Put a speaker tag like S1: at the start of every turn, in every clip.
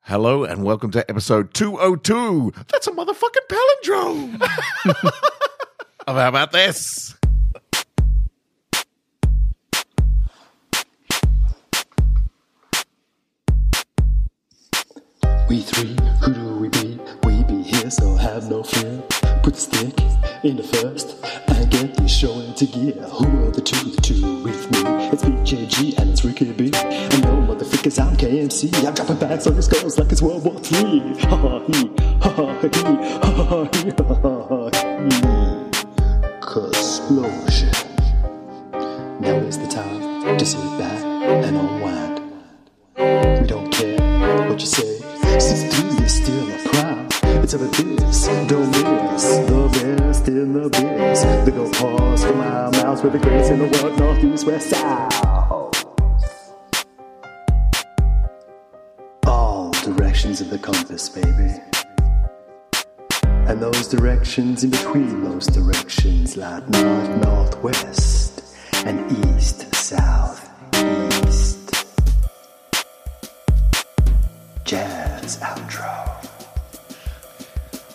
S1: Hello and welcome to episode 202. That's a motherfucking palindrome. How about this?
S2: We three, who do we be? We be here, so have no fear. Put the stick in the first and get this show into gear. Who are the two? The two with me. It's BJG and it's Ricky B. And no motherfuckers, I'm KMC. I'm dropping bags on your skulls like it's World War Three. Ha ha he, ha ha he, ha ha he, ha ha he. Explosion. Now is the time to sit back and unwind. We don't care what you say. Since three is still a crime. It's a abyss, don't miss the best in the biz. They go pause for mile miles with the grace in the world, northeast, west, south. All directions of the compass, baby. And those directions in between those directions, like north, northwest, and east, south, east. Jazz outro.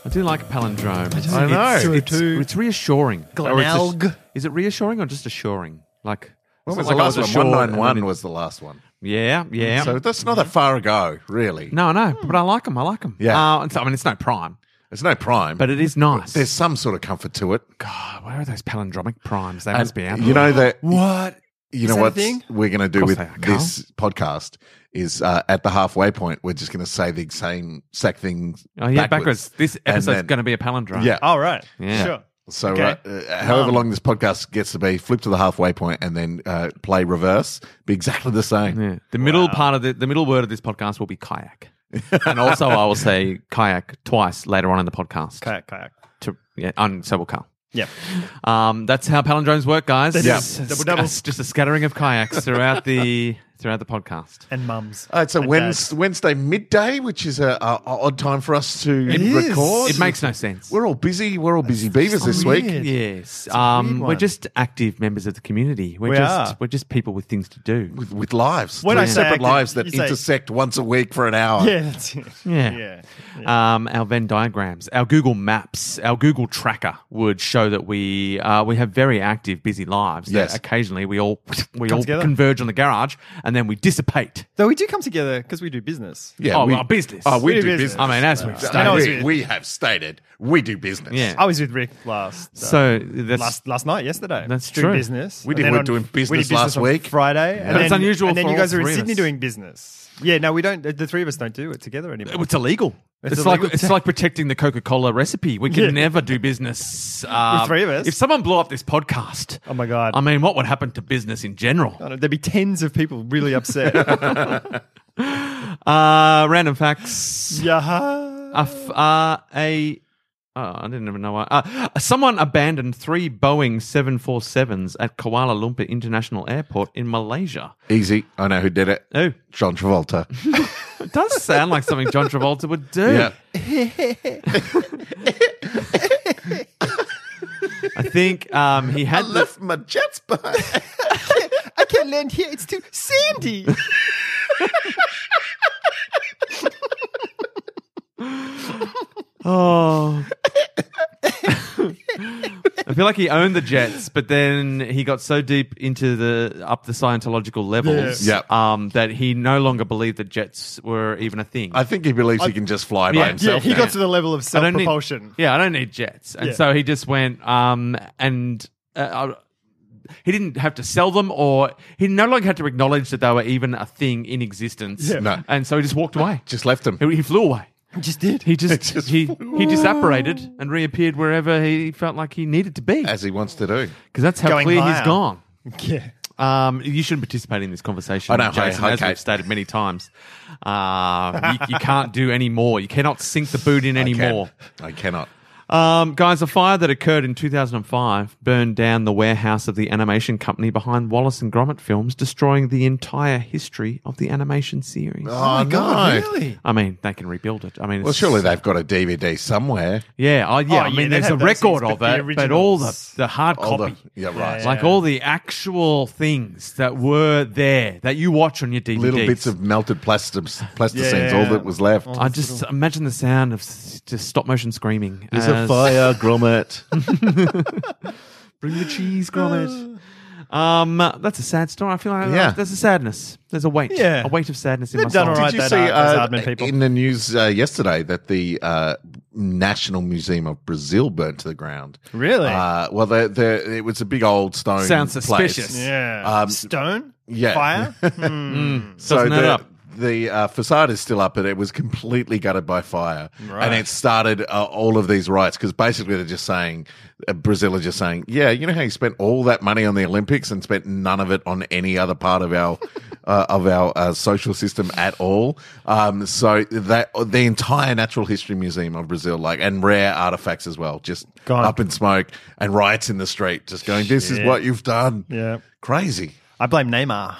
S3: I do like palindrome.
S1: I know.
S3: It's,
S1: Two
S3: it's, it's reassuring. Or it's just-
S4: Glenelg.
S3: is it reassuring or just assuring? Like,
S1: What
S3: it's
S1: was
S3: not
S1: the
S3: like I was
S1: last one?
S3: assured and
S1: 191
S3: then it-
S1: was the last one.
S3: Yeah, yeah.
S1: So that's not that far ago, really.
S3: no, no, but I like them. I like them.
S1: Yeah.
S3: Uh, it's- I mean, it's no prime,
S1: It's no prime,
S3: but it is nice.
S1: there's some sort of comfort to it.
S3: God, where are those palindromic primes? They
S1: And
S3: must be out
S1: you
S3: there.
S1: know that
S4: What?
S1: you know
S4: that a
S1: what
S4: thing?
S1: we're going to do
S3: Of
S1: with
S3: course they are, Carl.
S1: this podcast is uh, at the halfway point we're just going to say the same exact thing
S3: Oh, yeah, backwards. This
S1: And
S3: episode's
S1: then-
S3: going to be a palindrome.
S1: yeah
S4: All right.
S3: Yeah.
S4: Sure.
S1: so
S4: okay.
S1: uh, uh, however
S4: Um,
S1: long this podcast gets to be flip to the halfway point and then uh, play reverse be exactly the same
S3: Yeah. The middle part of the, the middle word of this podcast will be kayak. and also, I will say kayak twice later on in the podcast.
S4: Kayak, kayak.
S3: To, yeah, and so will Carl.
S4: Yep.
S3: Um, that's how palindromes work, guys.
S4: That
S1: Yeah.
S3: It's
S4: is double
S3: sc-
S4: double.
S3: Just a scattering of kayaks throughout the throughout the podcast.
S4: And mums.
S1: Uh, it's a
S4: And
S1: Wednesday, Wednesday midday, which is a, a, a odd time for us to
S4: is.
S1: record.
S3: It makes no sense.
S1: We're all busy. We're all busy beavers this week.
S4: weird.
S3: yes,
S4: a
S3: um,
S4: weird
S3: we're
S4: one.
S3: just active members of the community. We're
S4: We
S3: just
S4: are.
S3: we're just people with things to do.
S1: with, with lives.
S4: When
S1: three
S4: I say
S1: separate
S4: active,
S1: lives that
S4: you say-
S1: intersect once a week for an hour.
S4: Yeah, that's it.
S3: Yeah.
S4: Yeah.
S3: Um, our Venn diagrams, our Google Maps, our Google Tracker would show that we uh, we have very active, busy lives. that
S1: Yes.
S3: occasionally we all we all
S4: together.
S3: converge on the garage and then we dissipate.
S4: Though we do come together because we do business.
S1: Yeah,
S3: oh,
S1: we-
S3: our business.
S1: Oh, we
S4: We
S1: do
S4: do
S1: business.
S3: I
S4: business.
S3: mean, as we've
S1: I know
S3: stated,
S4: it's
S1: we,
S4: weird.
S1: we have stated we do business.
S3: Yeah.
S4: I was with Rick last. uh,
S3: so that's
S4: Last, last night, yesterday.
S3: That's
S4: doing
S3: true.
S4: Business.
S1: We
S4: And
S1: did-
S4: then
S1: we're
S4: on-
S1: doing business
S4: we did
S1: last
S4: on
S1: week.
S4: Friday. And
S3: That's
S4: then,
S3: unusual
S4: And then
S3: for
S4: you guys
S3: all
S4: are in
S3: three of
S4: Sydney
S3: us.
S4: doing business. Yeah, no, we don't. The three of us don't do it together anymore.
S3: It's illegal. It's,
S4: It's
S3: like
S4: illegal.
S3: it's like protecting the Coca Cola recipe. We can
S4: Yeah.
S3: never do business. Uh,
S4: With three of us.
S3: If someone blew up this podcast,
S4: Oh my God.
S3: I mean, what would happen to business in general?
S4: God, There'd be tens of people really upset.
S3: Uh, random facts.
S4: yeah.
S3: A f- uh, a oh, I didn't even know why. Uh, someone abandoned three Boeing 747s at Kuala Lumpur International Airport in Malaysia.
S1: Easy. I know who did it.
S3: Oh,
S1: John Travolta.
S3: it does sound like something John Travolta would do.
S1: yeah.
S3: I think um, he had the-
S1: my jets behind.
S4: I can't land here. It's too sandy.
S3: Oh. I feel like he owned the Jets, but then he got so deep into the up the Scientological levels
S1: Yeah. Yep.
S3: um, that he no longer believed that Jets were even a thing.
S1: I think he believes he can just fly by
S3: Yeah.
S4: yeah,
S1: himself.
S4: he
S1: now.
S4: got to the level of
S3: I
S4: self
S3: need-
S4: propulsion.
S3: yeah, I don't need Jets, and
S4: Yeah.
S3: so he just went um, and. Uh, I- he didn't have to sell them, or he no longer had to acknowledge that they were even a thing in existence.
S4: Yeah.
S1: No.
S3: And so he just walked away.
S1: just left him.
S3: He, he flew away.
S4: Just did.
S3: He just,
S1: just
S3: he
S1: flew
S3: he disapparated and reappeared wherever he felt like he needed to be.
S1: As he wants to do.
S3: Because that's how
S4: Going
S3: clear he's
S4: higher.
S3: gone.
S4: Yeah.
S3: Um, you shouldn't participate in this conversation,
S1: I know,
S3: Jason,
S1: hey,
S3: as
S1: okay.
S3: we've stated many times. Um, Uh, you, you can't do any more. You cannot sink the boot in
S1: I
S3: any
S1: can.
S3: more.
S1: I cannot.
S3: Um, guys, a fire that occurred in 2005 burned down the warehouse of the animation company behind Wallace and Gromit films, destroying the entire history of the animation series.
S1: Oh, my God,
S4: really?
S3: I mean, they can rebuild it. I mean, it's
S1: Well, surely they've got a DVD somewhere.
S3: yeah, oh, yeah.
S4: Oh,
S3: I
S4: yeah,
S3: mean,
S4: they
S3: there's a
S4: have those
S3: record
S4: things,
S3: of
S4: but the
S3: it, but all the
S4: originals.
S3: the hard
S1: All the-
S3: copy,
S1: yeah, right.
S3: like all the actual things that were there that you watch on your DVDs.
S1: Little bits of melted plastics, plasticines,
S4: Yeah. Oh,
S1: all that was left.
S3: I just imagine the sound of s- just stop motion screaming. as-
S1: grommet.
S3: Bring the cheese,
S4: Ah.
S3: Gromit. Um, that's a sad story. I feel like
S1: Yeah.
S3: there's a sadness. There's a weight.
S4: Yeah.
S3: A weight of sadness in my
S4: They've done
S3: soul.
S4: all right.
S1: Did you
S4: that,
S1: see
S4: uh, those
S1: uh,
S4: admin people.
S1: in the news uh, yesterday that the uh, National Museum of Brazil burnt to the ground?
S4: Really?
S1: Uh, well, the, the, it was a big old stone.
S3: Sounds
S1: place.
S3: suspicious.
S4: yeah.
S1: Um,
S4: Stone?
S1: yeah.
S4: Fire?
S1: So
S3: Doesn't add
S1: the,
S3: up.
S1: the uh, facade is still up, but it was completely gutted by fire, and it started uh, all of these riots because basically they're just saying uh, Brazil are just saying, yeah, you know how you spent all that money on the Olympics and spent none of it on any other part of our uh, of our uh, social system at all. Um, so that the entire Natural History Museum of Brazil, like and rare artifacts as well, just
S4: Gone.
S1: up in smoke and riots in the street, just going, this is what you've done,
S4: Yeah.
S1: crazy.
S4: I blame Neymar.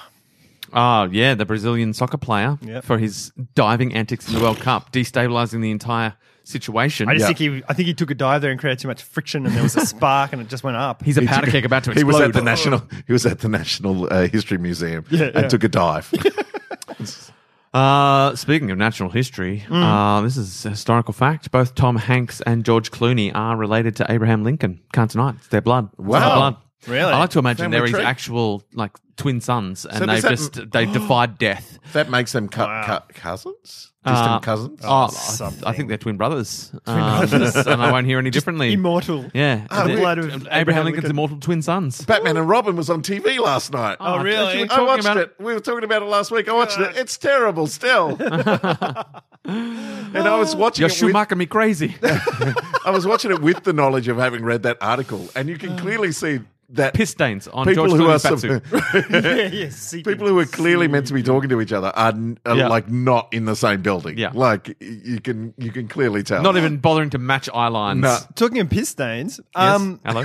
S3: Ah, yeah, the Brazilian soccer player
S4: Yep.
S3: for his diving antics in the World Cup, destabilizing the entire situation.
S4: I just
S1: Yeah.
S4: think he I think he took a dive there and created too much friction and there was a spark and it just went up.
S3: He's a powder keg about to
S1: He
S3: explode.
S1: was at the national. He was at the National uh, History Museum and
S4: yeah.
S1: took a dive.
S3: Uh, speaking of natural history, uh, this is a historical fact. Both Tom Hanks and George Clooney are related to Abraham Lincoln. Can't deny it. It's their blood. It's
S1: Wow.
S3: their blood.
S4: Really?
S3: I like to imagine
S1: Family
S3: they're his
S1: tree.
S3: actual like twin sons, and
S1: So
S3: they
S1: does
S3: they
S1: that-
S3: just they defied death.
S1: that makes them cu- cu- cousins, distant
S3: Uh,
S1: cousins.
S3: Oh, I,
S4: Something.
S3: I think they're twin brothers, um, and I won't hear any differently.
S4: Immortal.
S3: yeah,
S4: Oh,
S3: They-
S4: blood of
S3: Abraham,
S4: Abraham
S3: Lincoln's
S4: Lincoln.
S3: immortal twin sons.
S1: Batman and Robin was on TV last night.
S4: Oh,
S3: I-
S4: really?
S3: you were
S4: I
S1: I
S3: talking
S1: watched
S3: about
S1: it. We were talking about it last week. I watched it. It's terrible still. and I was watching
S3: You're
S1: it with,
S3: shoemaking me crazy.
S1: I was watching it with the knowledge of having read that article, and you
S4: Mm.
S1: can clearly see that
S3: Piss stains on
S1: people
S3: George
S1: who are
S3: Clooney's batsuit.
S4: yeah, yeah, see-
S1: people who are clearly meant to be talking to each other are, n- are
S3: Yeah.
S1: like not in the same building.
S3: Yeah.
S1: like y- you can you can clearly tell.
S3: Not even bothering to match eye lines.
S1: No.
S4: Talking of piss stains,
S3: Yes?
S4: um,
S3: Hello.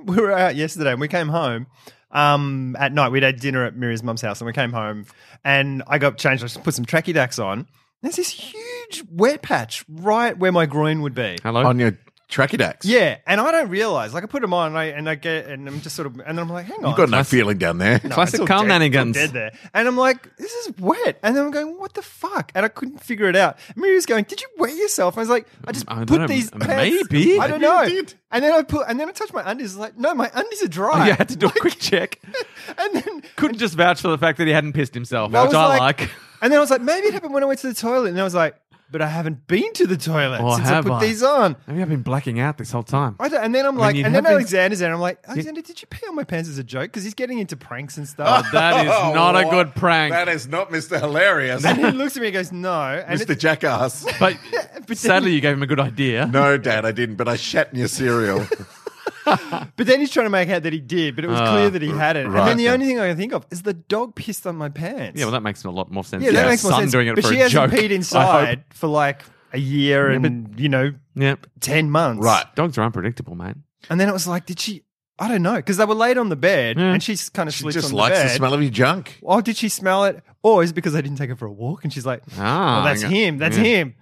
S4: we were out yesterday and we came home um, at night. We'd had dinner at Miriam's mum's house and we came home and I got changed. I just put some tracky dacks on. There's this huge wet patch right where my groin would be.
S3: Hello.
S1: on your tracky dacks.
S4: Yeah, and I don't realize. Like I put them on, and I and I get, and I'm just sort of, and then I'm like, hang on,
S1: You've got no feeling down there.
S4: it's all
S3: Classic Carl
S4: dead- it's all
S3: Nanigans.
S4: dead there. And I'm like, this is wet. And then I'm going, what the fuck? And I couldn't figure it out. And Miri was going, did you wet yourself? I was like, I just
S3: I don't
S4: put
S3: know,
S4: these
S3: m-
S4: pants-
S3: maybe.
S4: I don't
S1: Maybe you
S4: know.
S1: did.
S4: And then I put, and then I touched my undies. Like, no, my undies are dry.
S3: You had to do a quick check.
S4: and then
S3: Couldn't just vouch for the fact that he hadn't pissed himself, which
S4: was
S3: I like.
S4: And then I was like, maybe it happened when I went to the toilet. And I was like, but I haven't been to the toilet
S3: Or
S4: since I
S3: have
S4: put
S3: I?
S4: these on.
S3: Maybe I've been blacking out this whole time.
S4: I don't, and then I'm like,
S3: you'd
S4: and
S3: have
S4: then
S3: been-
S4: Alexander's there, and I'm like, Alexander, did you pee on my pants as a joke? Because he's getting into pranks and stuff.
S3: Oh, That is
S4: Oh,
S3: not a
S1: What?
S3: good prank.
S1: That is not Mr. Hilarious.
S4: and he looks at me and goes, no. And
S1: Mr.
S4: it's-
S1: Jackass.
S3: but
S4: then-
S3: sadly, you gave him a good idea.
S1: No, Dad, I didn't, but I shat in your cereal.
S4: But then he's trying to make out that he did, but it was
S3: Ah,
S4: clear that he hadn't.
S1: right.
S4: and then the only thing I can think of is the dog pissed on my pants.
S3: Yeah, well, that makes a lot more sense.
S4: yeah,
S3: than
S4: that
S3: your
S4: makes more
S3: son
S4: sense.
S3: doing it
S4: but
S3: for
S4: she
S3: a joke.
S4: hasn't peed
S3: I hope.
S4: inside for like a year and you know
S3: Yep.
S4: ten months.
S1: right.
S3: Dogs are unpredictable, mate.
S4: And then it was like, did she? I don't know because they were laid on the bed
S3: Yeah.
S4: and she's kind of
S1: She
S4: sleeps
S1: just
S4: on
S1: likes
S4: the
S1: the
S4: bed.
S1: smell of your junk.
S4: Oh, did she smell it? Or is it because I didn't take her for a walk? And she's like,
S3: Ah,
S4: well, that's
S3: yeah.
S4: him. That's
S3: Yeah.
S4: him.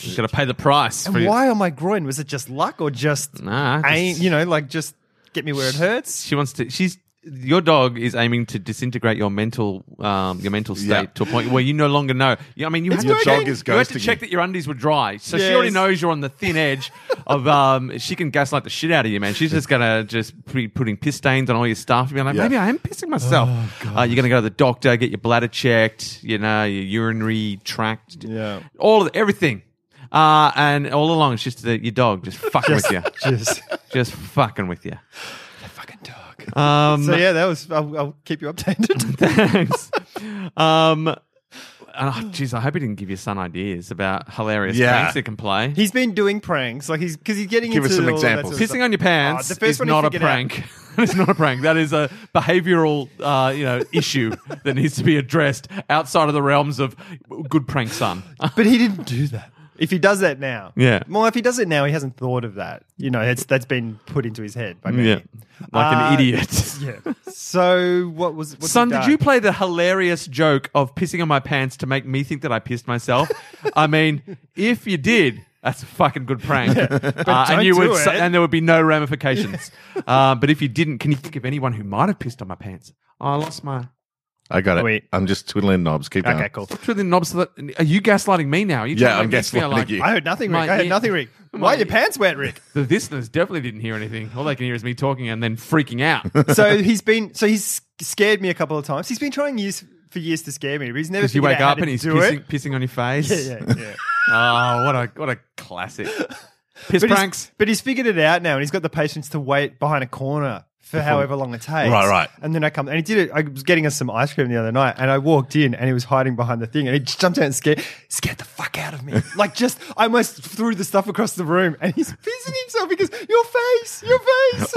S3: He's got to pay the price. for
S4: And
S3: your-
S4: why on my groin? Was it just luck or just,
S3: Nah, just-
S4: aim, you know, like just get me where it hurts?
S3: She wants to. She's your dog is aiming to disintegrate your mental, um, your mental state
S1: Yeah.
S3: to a point where you no longer know. Yeah, I mean, you have,
S1: Your
S3: to
S1: dog
S3: check,
S1: is
S3: you have to
S1: ghosting
S3: check
S1: you.
S3: that your undies were dry, so she
S4: Yes.
S3: already knows you're on the thin edge of. Um, she can gaslight the shit out of you, man. She's just gonna just be putting piss stains on all your stuff and be like,
S1: Yeah.
S3: maybe I am pissing myself.
S4: Oh,
S3: uh, you're gonna go to the doctor, get your bladder checked, you know, your urinary tract,
S4: Yeah.
S3: all of everything. Uh, and all along, it's just the, your dog just fucking with you,
S4: Just
S3: just fucking with you.
S4: that fucking dog.
S3: Um,
S4: So yeah, that was. I'll, I'll keep you updated.
S3: Thanks. um, and, oh, geez, I hope he didn't give your son ideas about hilarious
S1: Yeah.
S3: pranks he can play.
S4: he's been doing pranks, like he's because he's getting
S1: Give us
S4: into
S1: some
S4: all that
S1: examples.
S4: sort of
S3: Pissing on your pants
S4: Oh, the first
S3: is
S4: one he
S3: not a
S4: figured out.
S3: prank. it's not a prank. That is a behavioural, uh, you know, issue that needs to be addressed outside of the realms of good prank, son.
S4: stuff. But he didn't do that. If he does that now,
S3: Yeah.
S4: Well, if he does it now, he hasn't thought of that. You know, it's that's been put into his head by me.
S3: Yeah. Like an
S4: Uh,
S3: idiot.
S4: Yeah. So what was what's
S3: Son,
S4: he
S3: did
S4: done?
S3: you play the hilarious joke of pissing on my pants to make me think that I pissed myself? I mean, if you did, that's a fucking good prank. Uh,
S4: don't
S3: and you would,
S4: do
S3: su-
S4: it.
S3: and there would be no ramifications. uh, but if you didn't, can you think of anyone who might have pissed on my pants? Oh, I lost my.
S1: I got it.
S4: Wait.
S1: I'm just twiddling knobs. Keep going.
S4: Okay, cool.
S3: Truly, knobs. Are you gaslighting me now? Are you
S1: Yeah,
S3: trying
S1: I'm
S3: to make me feel
S1: gaslighting
S3: like-
S1: you.
S4: I heard nothing, Rick.
S3: My
S4: I heard
S3: ear-
S4: nothing, Rick. Why are your pants wet, Rick?
S3: The listeners definitely didn't hear anything. All they can hear is me talking and then freaking out.
S4: so he's been so he's scared me a couple of times. He's been trying years for years to scare me, but he's never.
S3: Because you
S4: figured
S3: wake
S4: out how
S3: up
S4: to
S3: and he's
S4: do it.
S3: pissing, pissing on your face.
S4: Yeah, yeah, yeah.
S3: Oh, what a what a classic. Piss
S4: but,
S3: pranks.
S4: he's, but he's figured it out now, and he's got the patience to wait behind a corner for however long it takes.
S1: Right, right.
S4: And then I come and he did it. I was getting us some ice cream the other night, and I walked in, and he was hiding behind the thing, and he just jumped out and scared scared the fuck out of me. like just, I almost threw the stuff across the room, and he's pissing himself because your face, your face.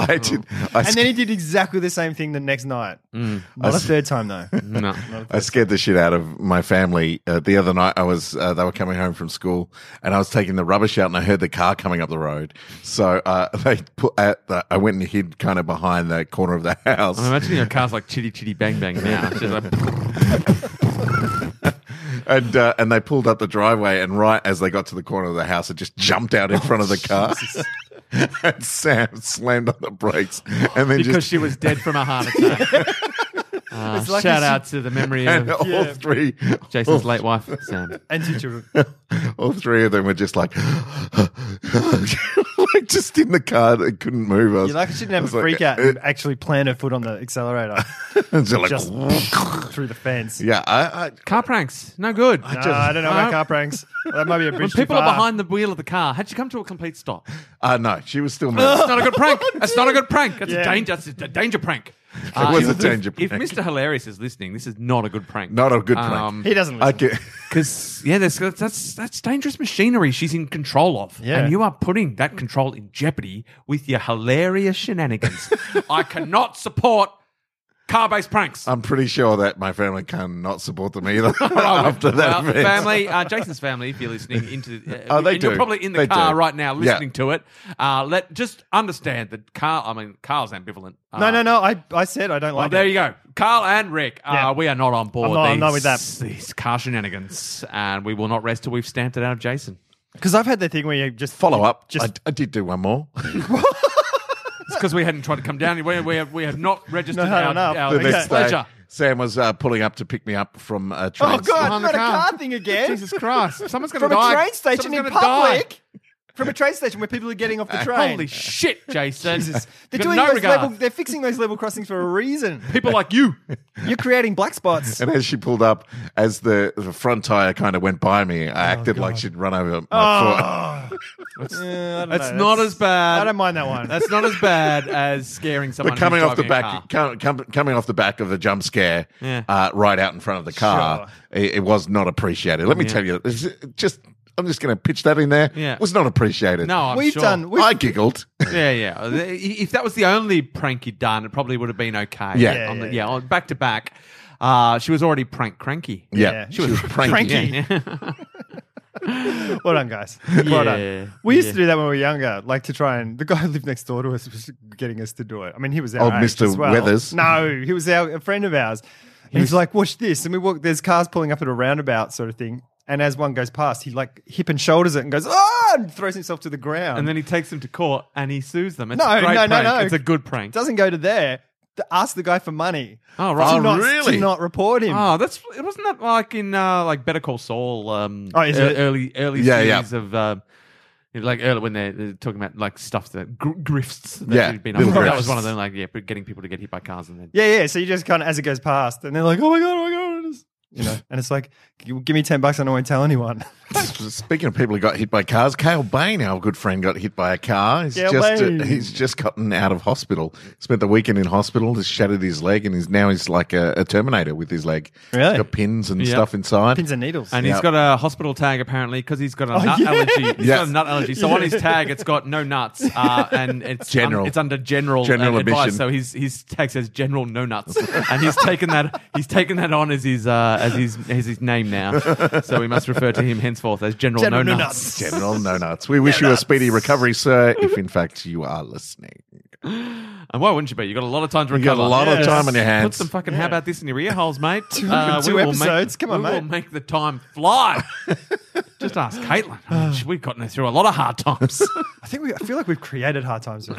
S1: I did. I,
S4: and then he did exactly the same thing the next night.
S1: Mm,
S4: Not a third time though.
S3: No.
S1: I scared the shit out of my family uh, the other night. I was uh, they were coming home from school, and I was taking the rubbish out, and I heard the car coming up the road. So uh, they put at the, I went and hid kind of behind the corner of the house.
S3: I'm imagining your car's like chitty chitty bang bang now. It's just like,
S1: and uh, and they pulled up the driveway, and right as they got to the corner of the house, it just jumped out in front of
S3: Oh,
S1: the car. and Sam slammed on the brakes, and then
S3: because
S1: just
S3: she was dead from a heart attack. Uh,
S4: like
S3: shout
S4: a-
S3: out to the memory
S1: and
S3: of
S1: all
S4: Yeah.
S1: three,
S3: Jason's late wife, Sam.
S4: And two children.
S1: all three of them were just like, like just in the car that couldn't move. I was-
S4: You like I shouldn't
S1: I
S4: have a
S1: was like,
S4: freak out
S1: uh,
S4: and actually plant her foot on the accelerator.
S1: And so like,
S4: Just through the fence.
S1: yeah, I,
S3: Car pranks, no good.
S4: Nah, I don't know
S3: Uh,
S4: about car pranks. That might be a
S3: when
S4: bridge.
S3: people
S4: too
S3: are
S4: far.
S3: behind the wheel of the car, how'd you come to a complete stop?
S1: I, uh, no, she was still mad.
S3: That's not a good prank. That's not a good prank. That's
S4: Yeah.
S3: a danger. That's a danger prank. It
S1: was a danger
S3: If
S1: prank.
S3: Mr. Hilarious is listening, this is not a good prank. Um,
S1: Not a good prank.
S4: He doesn't
S1: I
S4: listen.
S1: get,
S3: Because yeah, that's, that's that's dangerous machinery she's in control of,
S4: Yeah.
S3: and you are putting that control in jeopardy with your hilarious shenanigans. I cannot support car-based pranks.
S1: I'm pretty sure that my family cannot support them either
S3: Well,
S1: after that
S3: well,
S1: event.
S3: family, uh, Jason's family, if you're listening into, uh,
S1: Oh, they
S3: and you're
S1: do.
S3: probably in the
S1: They
S3: car
S1: do.
S3: right now
S1: Yeah.
S3: listening to it. Uh, let just understand that Carl. I mean, Carl's ambivalent. Uh,
S4: No, no, no. I, I said I don't
S3: Well,
S4: like
S3: there
S4: it.
S3: you go. Carl and Rick, uh,
S4: Yeah.
S3: we are not on board.
S4: I'm not- I'm not with that.
S3: these- These car shenanigans, and we will not rest till we've stamped it out of Jason.
S4: Because I've had the thing where you just
S1: Follow
S4: you
S1: up.
S4: Just
S1: I, I did do one more.
S3: It's because we hadn't tried to come down. We, we, have, we have not registered
S4: No, no,
S3: our,
S4: no.
S3: our
S1: The
S4: Okay.
S1: next day,
S3: pleasure.
S1: Sam was uh, pulling up to pick me up from a train.
S4: oh god,
S3: Behind
S4: not
S3: the
S4: a
S3: car.
S4: car thing again.
S3: Jesus Christ. Someone's going to
S4: From
S3: die.
S4: a train station
S3: Someone's
S4: in
S3: gonna die.
S4: public. From a train station where people are getting off the train.
S3: Holy shit, Jason.
S4: Jesus. They're
S3: You've got
S4: doing
S3: no
S4: those
S3: regard.
S4: level, they're fixing those level crossings for a reason.
S3: People like you.
S4: You're creating black spots.
S1: And as she pulled up, as the, the front tire kind of went by me, I
S4: Oh,
S1: acted like she'd run over my
S4: Ah. Yeah, I don't
S3: That's
S4: know.
S3: not as bad.
S4: I don't mind that one.
S3: That's not as bad as scaring someone.
S1: foot. Coming
S3: who's
S1: off the
S3: driving a
S1: back,
S3: car.
S1: com, com, coming off the back of the jump scare,
S3: Yeah.
S1: uh, right out in front of the car, it, it was not appreciated. Let me
S3: Yeah.
S1: tell you, it's just I'm just going to pitch that in there.
S3: Yeah.
S1: was not appreciated.
S3: No, I'm
S4: we've
S3: sure.
S4: done. We've,
S1: I giggled.
S3: Yeah, yeah. If that was the only prank you'd done, it probably would have been okay.
S1: Yeah.
S4: Yeah,
S3: on the,
S4: yeah,
S3: yeah. on- back to back. Uh, she was already prank cranky.
S1: Yeah,
S4: Yeah.
S1: she was pranky.
S4: Cranky.
S3: Yeah.
S4: Well done, guys. Well
S3: Yeah.
S4: done. We used
S3: Yeah.
S4: to do that when we were younger, like to try and the guy who lived next door to us was getting us to do it. I mean, he was our
S1: Oh,
S4: age
S1: Mr.
S4: as well.
S1: Weathers.
S4: No, he was our, a friend of ours. And he's like, "Watch this!" And we walk. There's cars pulling up at a roundabout, sort of thing. And as one goes past, he like hip and shoulders it and goes, "Ah!" and throws himself to the ground.
S3: and then he takes them to court and he sues them. It's
S4: Um, No,
S3: a great
S4: no, no,
S3: prank.
S4: no.
S3: It's a good prank.
S4: doesn't go to there. To ask the guy for money.
S3: Oh, right.
S4: To
S1: Oh,
S4: not,
S1: really?
S4: To not report him.
S3: Oh, that's it. Wasn't that like in uh, like Better Call Saul? Um,
S4: Oh, is
S3: ear-
S4: it?
S3: early early
S1: Yeah, yeah.
S3: series of um, like early when they're, they're talking about like stuff that gr- grifts. That
S1: Yeah,
S3: we've been up
S1: little
S3: to. that
S1: grifts.
S3: was one of them. Like yeah, but getting people to get hit by cars and then
S4: Yeah, yeah. So you just kind of as it goes past, and they're like, "Oh my god, oh my god!" and it's- You know, and it's like, "G- "Give me ten bucks, and I won't tell anyone."
S1: Speaking of people who got hit by cars, Cale Bain, our good friend, got hit by a car. He's
S4: Cale
S1: just uh,
S4: Bain.
S1: he's just gotten out of hospital. Spent the weekend in hospital. Has shattered his leg, and he's now he's like a, a Terminator with his leg.
S4: Really?
S1: got pins and
S3: Yeah.
S1: stuff inside.
S4: Pins and needles.
S3: And
S1: Yeah.
S3: he's got a hospital tag apparently because he's got a nut
S4: Oh, yeah.
S3: allergy. He's
S1: Yeah.
S3: got a nut allergy. So on his tag, it's got no nuts, uh, and it's
S1: General.
S3: un- it's under general
S1: General
S3: uh, advice.
S1: admission.
S3: So his his tag says general no nuts, and he's taken that he's taken that on as his uh, as his as his name now. So we must refer to him henceforth henceforth as General,
S4: General
S3: No
S4: No
S3: Nuts.
S1: General No Nuts. We wish you a speedy recovery, sir, if in fact you are listening.
S3: And why wouldn't you be? You've got a lot of time to
S1: You got
S3: recover.
S1: a lot of
S4: Yes.
S1: time on your
S3: Put
S1: hands.
S3: some fucking how about this in your ear holes, mate. two
S4: two episodes.
S3: Make,
S4: Come on,
S3: we will
S4: mate.
S3: make the time fly. Just ask Caitlin. I mean, we've gotten her through a lot of hard times.
S4: I think we. I feel like we've created hard times. with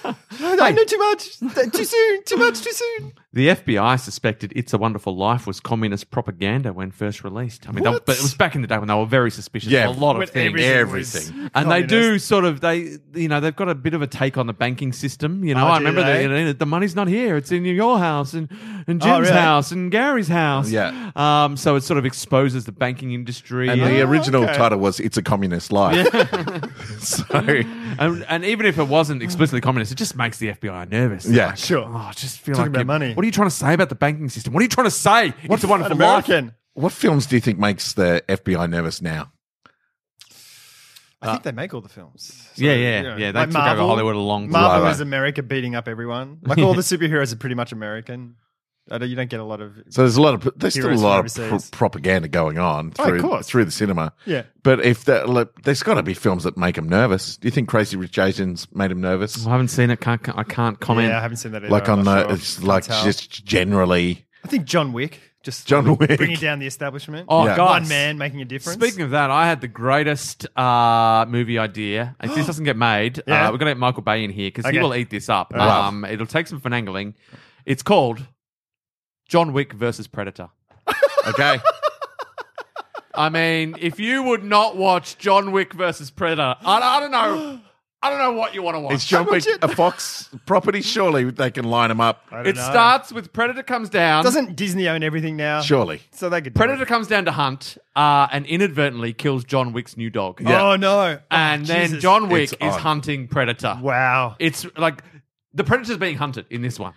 S4: her. I know too much. Too soon. Too much. Too soon.
S3: the FBI suspected "It's a Wonderful Life" was communist propaganda when first released. I mean, they,
S4: What?
S3: but it was back in the day when they were very suspicious
S1: Yeah,
S3: of a lot
S4: When
S3: of things.
S1: every-
S4: was
S1: Everything.
S3: and they do
S4: communist.
S3: sort of they you know they've got a bit of a take on the banking system you know
S4: Oh,
S3: i
S4: do
S3: remember the,
S4: they?
S3: you know, the money's not here it's in your house and, and jim's
S4: Oh, really?
S3: house and gary's house
S1: Yeah.
S3: um, so it sort of exposes the banking industry
S1: And
S3: and,
S1: the original
S4: okay.
S1: title was "It's a Communist Life." so
S3: and, and even if it wasn't explicitly communist it just makes the fbi nervous They're
S1: Yeah,
S3: like,
S4: sure.
S3: oh, I just feel
S4: Talking
S3: like
S4: about
S3: you're-
S4: money.
S3: what are you trying to say about the banking system what are you trying to say what's a
S4: An
S3: wonderful life
S4: American.
S1: What films do you think makes the FBI nervous now?
S4: I think they make all the films. So,
S3: Uh, yeah, yeah, yeah, they took over Hollywood a long time
S4: Marvel
S1: ago.
S4: is America beating up everyone. Like all the superheroes are pretty much American. I don't, you don't get a lot of.
S1: So there's a lot of there's still a
S4: Heroes
S1: lot
S4: from
S1: of pro-
S4: overseas.
S1: propaganda going on
S4: Oh, of
S1: through
S4: course.
S1: through the cinema.
S4: Yeah.
S1: but if that look, there's got to be films that make them nervous. Do you think Crazy Rich Asians made him nervous?
S3: i haven't seen it can't, i can't comment
S4: yeah, I haven't seen that. Either.
S1: like
S4: I'm
S1: on the
S4: not sure.
S1: it's
S4: Can't
S1: like
S4: tell.
S1: just generally
S4: I think John Wick. Just
S1: John Wick.
S4: bringing down the establishment.
S3: oh
S1: Yeah.
S3: god
S4: one man making a difference.
S3: Speaking of that, I had the greatest uh, movie idea. If this doesn't get made,
S4: Yeah.
S3: uh, we're going to get Michael Bay in here because he
S4: Okay.
S3: will eat this up.
S4: All right.
S3: Um, it'll take some finagling. It's called John Wick versus Predator.
S1: okay.
S3: I mean, if you would not watch John Wick versus Predator, I, I don't know. I don't know what you want to watch.
S1: It's John Wick, a Fox property. Surely they can line them up.
S4: I don't
S3: it
S4: know.
S3: starts with Predator comes down.
S4: Doesn't Disney own everything now?
S1: Surely.
S4: So they could. do
S3: Predator
S4: it.
S3: comes down to hunt uh, and inadvertently kills John Wick's new dog.
S4: Oh no!
S3: And
S4: Oh,
S3: then
S4: Jesus.
S3: John Wick
S1: It's
S3: is
S1: on.
S3: hunting Predator.
S4: Wow.
S3: It's like the predator's being hunted in this one.